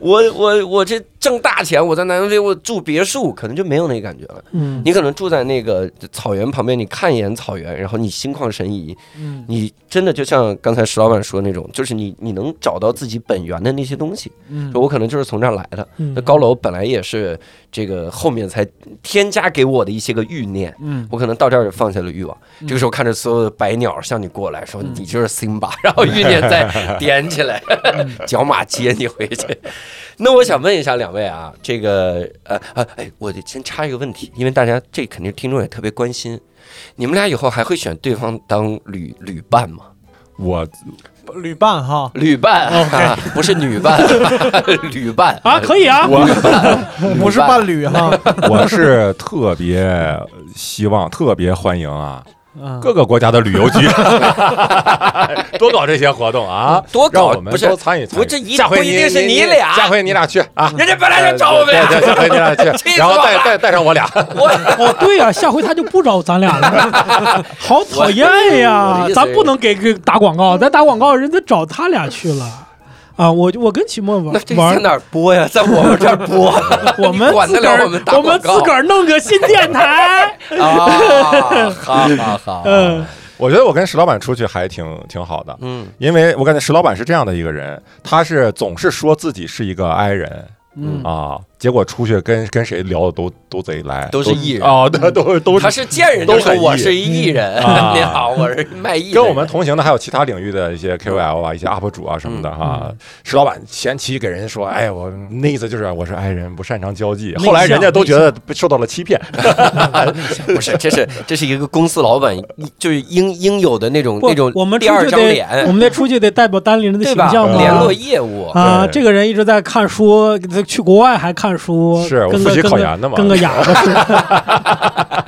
A: 我我我这挣大钱，我在南非我住别墅，可能就没有那感觉了。
D: 嗯
A: 你可能住在那个草原旁边，你看一眼草原，然后你心旷神怡，
B: 嗯
A: 你真的就像刚才石老板说那种，就是你你能找到自己本源的那些东西。
B: 嗯
A: 就我可能就是从这儿来的，
D: 嗯
A: 那高楼本来也是这个后面才添加给我的一些个欲念，
B: 嗯，
A: 我可能到这儿就放下了欲望。这个时候看着所有的白鸟向你过来，说你就是 Simba，然后欲念 再点起来， 角马接你回去。那我想问一下两位啊，这个呃啊哎，我得先插一个问题，因为大家这肯定听众也特别关心，你们俩以后还会选对方当旅旅伴吗？
E: 我
B: 旅伴哈，
A: 旅伴、啊，不是女 伴，旅伴
D: 啊，可以啊，
E: 我
B: 不是伴侣啊哈，
E: 我是特别希望，特别欢迎啊，
B: 嗯
E: 各个国家的旅游 局多搞这些活动啊，
A: 多
E: 让
A: 搞
E: 我们
A: 不是
E: 多参与参与。
A: 不这一
E: 下回
A: 不一定是
E: 你
A: 你俩
E: 下回你俩去啊，
A: 人家本来就找我们俩，
E: 对对，下回你俩
A: 气
E: 去，
A: 死
E: 然后
A: 我
E: 带
A: 了
E: 带带上我俩，
A: 我
D: 哦，对呀、下回他就不找咱俩了， 好讨厌
A: 我
D: 呀
A: 的意！思
D: 咱不能给给打广告，咱打广告人家找他俩去了。啊，我我跟秦墨玩
A: 那这在
D: 玩，
A: 哪儿播呀？在我们这儿播，
D: 我们
A: 你管得
D: 自个
A: 了
D: 儿
A: 我们打广告
D: 们自个儿弄个新电 台。
A: 啊，好 好好，
D: 嗯，
E: 我觉得我跟石老板出去还挺挺好的，
A: 嗯，
E: 因为我感觉石老板是这样的一个人，他是总是说自己是一个 I 人
B: 嗯，
E: 啊，结果出去跟跟谁聊的都都贼来，
A: 都是艺人
E: 啊，都都都
A: 他是见人就说我是一艺人，
D: 嗯
E: 都很
D: 啊
E: 艺
A: 你好，我是卖艺的人，
E: 跟我们同行的还有其他领域的一些 KOL 啊，一些 UP 主啊什么的哈。石老板前期给人说，哎，我那意思就是我是 I 人，不擅长交际。
D: 向
E: 后来人家都觉得受到了欺骗，
A: 不是，这是这是一个公司老板就是应应有的那种
D: 不
A: 那种
D: 我们出
A: 第二
D: 去
A: 张
D: 得我
A: 脸，
D: 们得出去得代表单立人的
A: 对
D: 形
A: 吧？
D: 象嘛。
A: 联络业务，
D: 啊，
E: 对
D: 这个人一直在看书，去国外还看书，
E: 是我
D: 跟
E: 自
D: 个
E: 己
D: 跟
E: 考
D: 个
E: 研的嘛
D: 跟个哑巴 似的。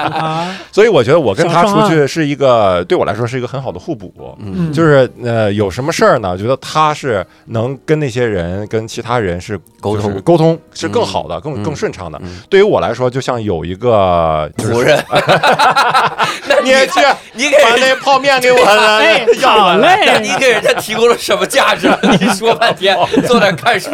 D: 啊，
E: 所以我觉得我跟他
D: 想上
E: 出
D: 岸
E: 去是一个对我来说是一个很好的互补。
A: 嗯
E: 就是呃，有什么事儿呢？我觉得他是能跟那些人、跟其他人是
A: 沟通
E: 就是沟通是更好的、更更顺畅的。对于我来说，就像有一个就是
A: 仆 人，
E: 你也 去啊
A: 你给
E: 把
A: 人
E: 那泡面给我了，
D: 哎，
E: 要
D: 好
E: 完了。
A: 那
D: 嘞
A: 你，给人家提供了什么价值？你说半天，坐那儿看书，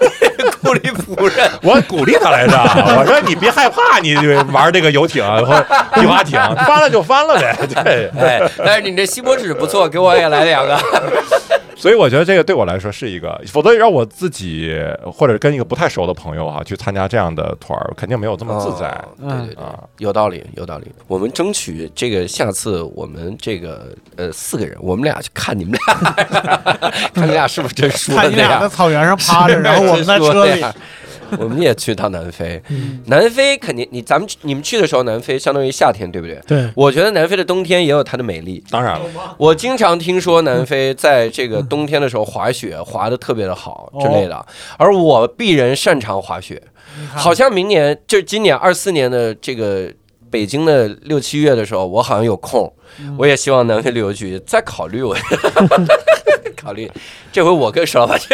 A: 孤立仆人，
E: 我鼓励他来着，我说你别害怕，你玩这个游艇或者皮划艇，翻了就翻了呗。 对，
A: 哎，但是你这锡箔纸不错，给我也来两个。
E: 所以我觉得这个对我来说是一个，否则让我自己或者跟一个不太熟的朋友啊去参加这样的团儿，肯定没有这么自在。
A: 哦
B: 嗯
A: 对对对，
E: 啊，
A: 有道理，有道理。我们争取这个下次我们这个呃四个人，我们俩去看你们俩， 看你俩是不是真说的
B: 看你
A: 那
B: 俩在
A: 样。
B: 草原上趴着，然后我 们在车里，嗯
A: 我们也去趟南非，南非肯定你咱们去你们去的时候，南非相当于夏天，对不对？
D: 对，
A: 我觉得南非的冬天也有它的美丽，
E: 当然了，
A: 我经常听说南非在这个冬天的时候滑雪滑得特别的好之类的，而我鄙人擅长滑雪，好像明年就是今年二四年的这个北京的六七月的时候，我好像有空，我也希望南非旅游局再考虑我，考虑这回我跟石老板去，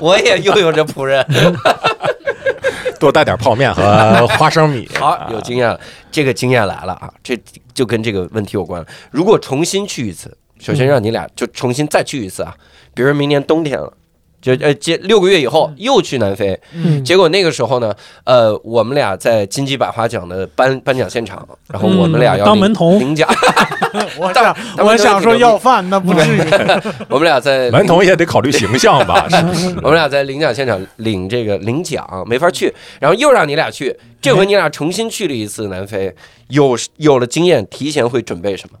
A: 我也拥有着仆人，
E: 多带点泡面和花生米。
A: 好
D: 啊
A: 有经验了，这个经验来了啊，这就跟这个问题有关了。如果重新去一次，首
D: 嗯
A: 先让你俩就重新再去一次啊，比如明年冬天了。就呃，接六个月以后又去南非，
D: 嗯，
A: 结果那个时候呢，呃，我们俩在金鸡百花奖的颁颁奖现场，然后我们俩要
D: 嗯当
A: 领
D: 门童
A: 领奖，
B: 我
A: 当
B: 想我想说要，饭，那不至于。
A: 我们俩 在
E: 门童也得考虑形象吧，是不是？
A: 我们俩在领奖现场领这个领奖，没法
D: 嗯
A: 去，然后又让你俩去，这
D: 哎
A: 回你俩重新去了一次南非，有有了经验，提前会准备什么？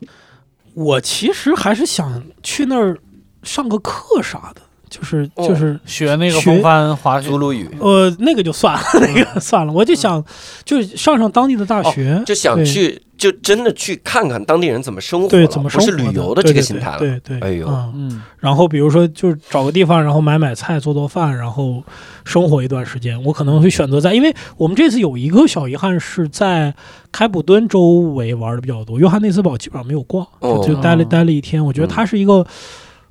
D: 我其实还是想去那儿上个课啥的，就是
A: 哦
D: 就是。
B: 学那个风帆滑雪
A: 苏，鲁语，
D: 呃，那个就算了， 那个算了，我就想，
A: 嗯
D: 就是上上当地的大学，
A: 就想
D: 嗯对
A: 去，就真的去看看当地人怎么生活了，
D: 对怎么生
A: 不
D: 活
A: 是
D: 的，
A: 旅游
D: 的
A: 这个心态了。
D: 对对，对
A: 哎呦
D: 嗯
B: 嗯，
D: 然后比如说就是找个地方，然后买买菜、做做饭，然后生活一段时间。我可能会选择在，因为我们这次有一个小遗憾是在开普敦周围玩的比较多，约翰内斯堡基本上没有逛，
A: 哦
D: 啊就就待了
B: 嗯
D: 待了一天。我觉得它是一个。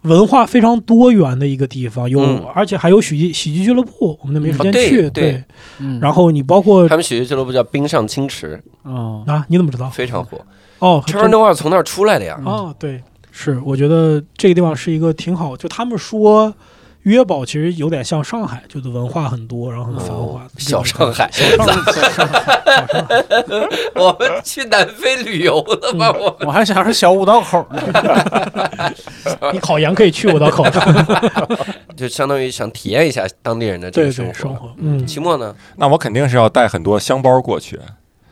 D: 文化非常多元的一个地方，有、
A: 嗯
D: 而且还有喜剧喜剧俱乐部，我们都没时
A: 啊
D: 间
A: 对
D: 去。
A: 对
B: 嗯
D: 然后你包括
A: 他们喜剧俱乐部叫冰上青池，
B: 嗯，
D: 啊，你怎么知道？
A: 非常火。
D: 哦，
A: t
D: 真
A: r n 尔从那儿出来的呀。
D: 哦，对，是，我觉得这个地方是一个挺好。就他们说，约堡其实有点像上海，就是文化很多，然后很繁华。这
A: 哦小上
D: 种
A: 海，我们去南非旅游了 吗？我
B: 我还想是小五道口呢。
D: 感觉，你考研可以去我到口上。
A: 就相当于想体验一下当地人的这
D: 对
A: 个生
D: 对，生
A: 活。
D: 活， 嗯，
A: 期末呢，
E: 那我肯定是要带很多香包过去，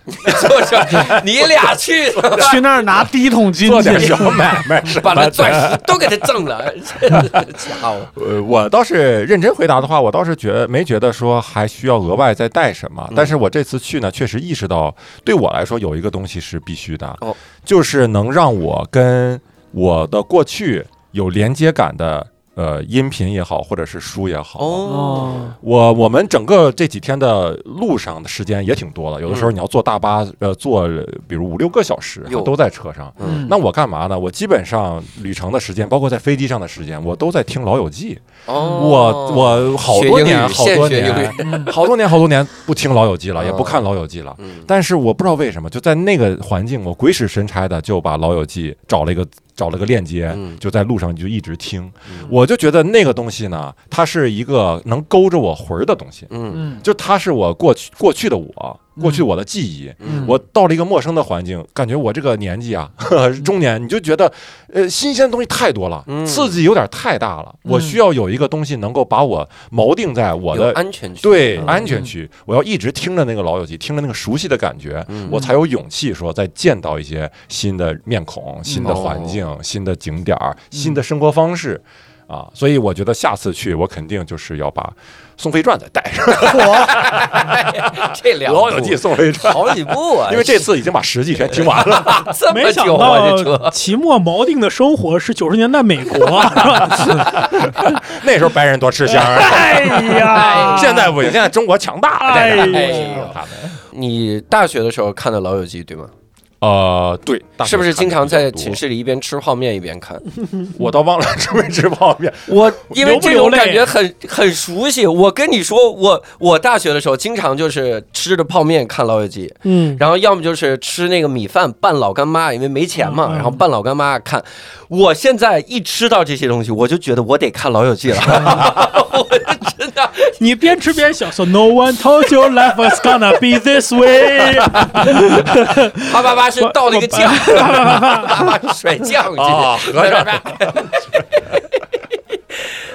A: 就是你俩去了，
B: 去那儿拿第一桶金
E: 做点
B: 去
E: 小，买卖是
A: 把
E: 吧？
A: 那钻石都给他挣 了，这家伙，
E: 呃，我倒是认真回答的话，我倒是觉没觉得说还需要额外再带什么。
A: 嗯
E: 但是我这次去呢，确实意识到对我来说有一个东西是必须的，
A: 哦
E: 就是能让我跟我的过去有连接感的。呃，音频也好，或者是书也好，
A: 哦，
E: 我我们整个这几天的路上的时间也挺多的，有的时候你要坐大巴，呃，坐比如五六个小时
A: 嗯哟，
E: 都在车上。
A: 嗯
E: 那我干嘛呢？我基本上旅程的时间，包括在飞机上的时间，我都在听《老友记》
A: 哦，
E: 我我好多年，好
A: 学英语
E: 多
A: 现学英
E: 年，好多年，好多年不听《老友记》了，也不看《老友记》了。
A: 嗯，
E: 但是我不知道为什么，就在那个环境，我鬼使神差的就把《老友记》找了一个找了个链接
A: 嗯，
E: 就在路上就一直听。我就觉得那个东西呢，它是一个能勾着我魂儿的东西，
A: 嗯
E: 就它是我过去过去的我，过去我的记忆。
A: 嗯
E: 我到了一个陌生的环境，感觉我这个年纪啊，呵呵 中年，你就觉得，呃，新鲜的东西太多了，
A: 嗯
E: 刺激有点太大了。我需要有一个东西能够把我锚定在我
A: 有
E: 的
A: 安全区，
E: 对
A: 嗯
E: 安全区，我要一直听着那个老友记，听着那个熟悉的感觉，
A: 嗯
E: 我才有勇气说再见到一些新的面孔、
A: 嗯
E: 新的环境、
A: 哦
E: 新的景点儿、新的生活方式。啊，所以我觉得下次去，我肯定就是要把《宋飞传》再带上，
A: 哎这
E: 《
A: 两
E: 老友记》
A: 步
E: 《宋飞传》，
A: 好几步啊，
E: 因为这次已经把十季全听完了。
A: 这
D: 没
A: 么
D: 想
A: 久啊，这车
D: 到齐末锚定的生活是九十年代美国，啊是 吧？
E: 那时候白人多吃香儿，
D: 哎 呀，
E: 现在不行，现在中国强大了。现在
A: 哎呦
E: 他们
A: 你大学的时候看的《老友记》对吗？
E: 呃，对，大学
A: 是不是
E: 看
A: 经
E: 得
A: 常
E: 比较
A: 在
E: 多
A: 寝？室里一边吃泡面一边 看？
E: 我倒忘了 是不是吃泡面。
A: 我因为
D: 流不
A: 这
D: 流
A: 种
D: 泪
A: 感觉很很熟悉。我跟你说，我我大学的时候经常就是吃着泡面看《老友记》，
D: 嗯，
A: 然后要么就是吃那个米饭拌老干妈，因为没钱嘛，
D: 嗯嗯
A: 然后拌老干妈看。我现在一吃到这些东西，我就觉得我得看《老友记》 了， 我真的。
D: 你边吃边想说，No one told you life was gonna be this way。
A: 啪啪啪是倒了一个酱，啪啪啪 甩酱进去，
E: 啊合着
A: 啪啪啪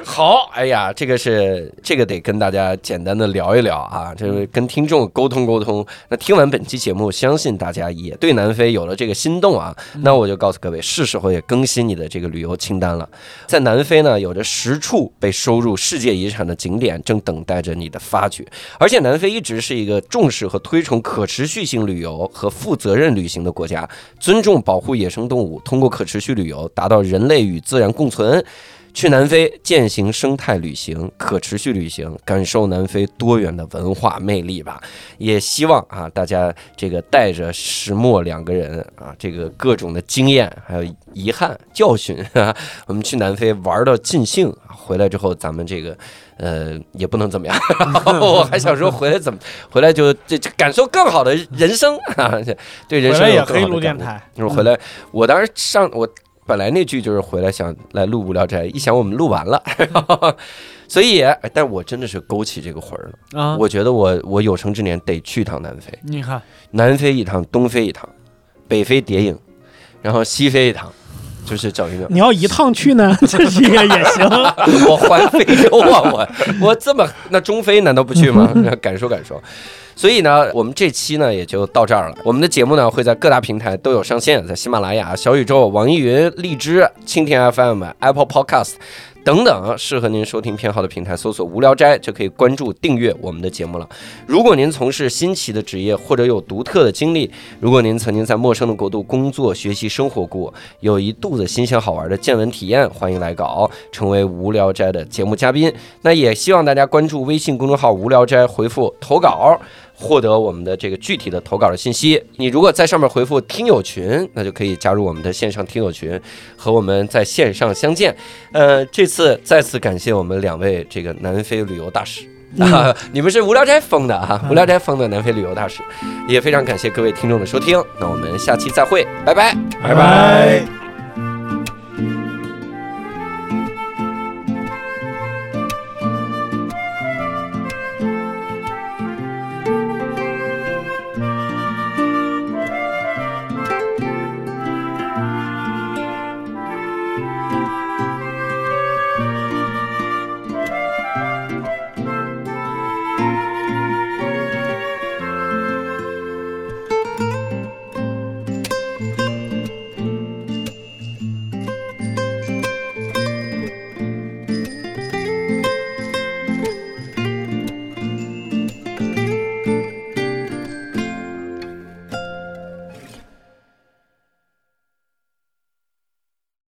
A: 好，哎呀，这个是这个得跟大家简单的聊一聊啊，这个跟听众沟通沟通。那听完本期节目，相信大家也对南非有了这个心动啊。那我就告诉各位，是时候也更新你的这个旅游清单了。在南非呢，有着十处被收入世界遗产的景点，正等待着你的发掘。而且南非一直是一个重视和推崇可持续性旅游和负责任旅行的国家，尊重保护野生动物，通过可持续旅游达到人类与自然共存。去南非践行生态旅行、可持续旅行，感受南非多元的文化魅力吧。也希望啊，大家这个带着石墨两个人啊，这个各种的经验还有遗憾教训， 啊，我们去南非玩到尽兴，啊回来之后咱们这个呃，也不能怎么样。 我还想说回来怎么，回来就这这感受更好的人生啊， 这对人
B: 回
A: 生
B: 来也
A: 有
B: 可
A: 更
B: 以
A: 好的
B: 录
A: 感
B: 电
A: 悟。
B: 台。嗯
A: 就是回来，我当时上我本来那句就是回来想来录无聊斋，一想我们录完了， 然后所以，哎但我真的是勾起这个魂儿了。
B: 啊，
A: 我觉得我我有生之年得去趟南非，
B: 你看，
A: 南非一趟，东非一趟，北非谍影，然后西非一趟，就是找一个
D: 你要一趟去呢， 这也也行。
A: 我环非洲啊，我我这么那中非难道不去吗？感受感受。所以呢，我们这期呢也就到这儿了。我们的节目呢会在各大平台都有上线，在喜马拉雅、小宇宙、网易云、荔枝、蜻蜓 FM、Apple Podcast 等等适合您收听偏好的平台，搜索“无聊斋”就可以关注订阅我们的节目了。如果您从事新奇的职业或者有独特的经历，如果您曾经在陌生的国度工作、学习、生活过，有一肚子新鲜好玩的见闻体验，欢迎来搞，成为无聊斋的节目嘉宾。那也希望大家关注微信公众号“无聊斋”，回复“投稿”。获得我们的这个具体的投稿的信息，你如果在上面回复“听友群”，那就可以加入我们的线上听友群，和我们在线上相见。呃，这次再次感谢我们两位这个南非旅游大使，啊，你们是无聊斋封的啊，无聊斋封的南非旅游大使，也非常感谢各位听众的收听，那我们下期再会，拜拜。
E: 拜拜。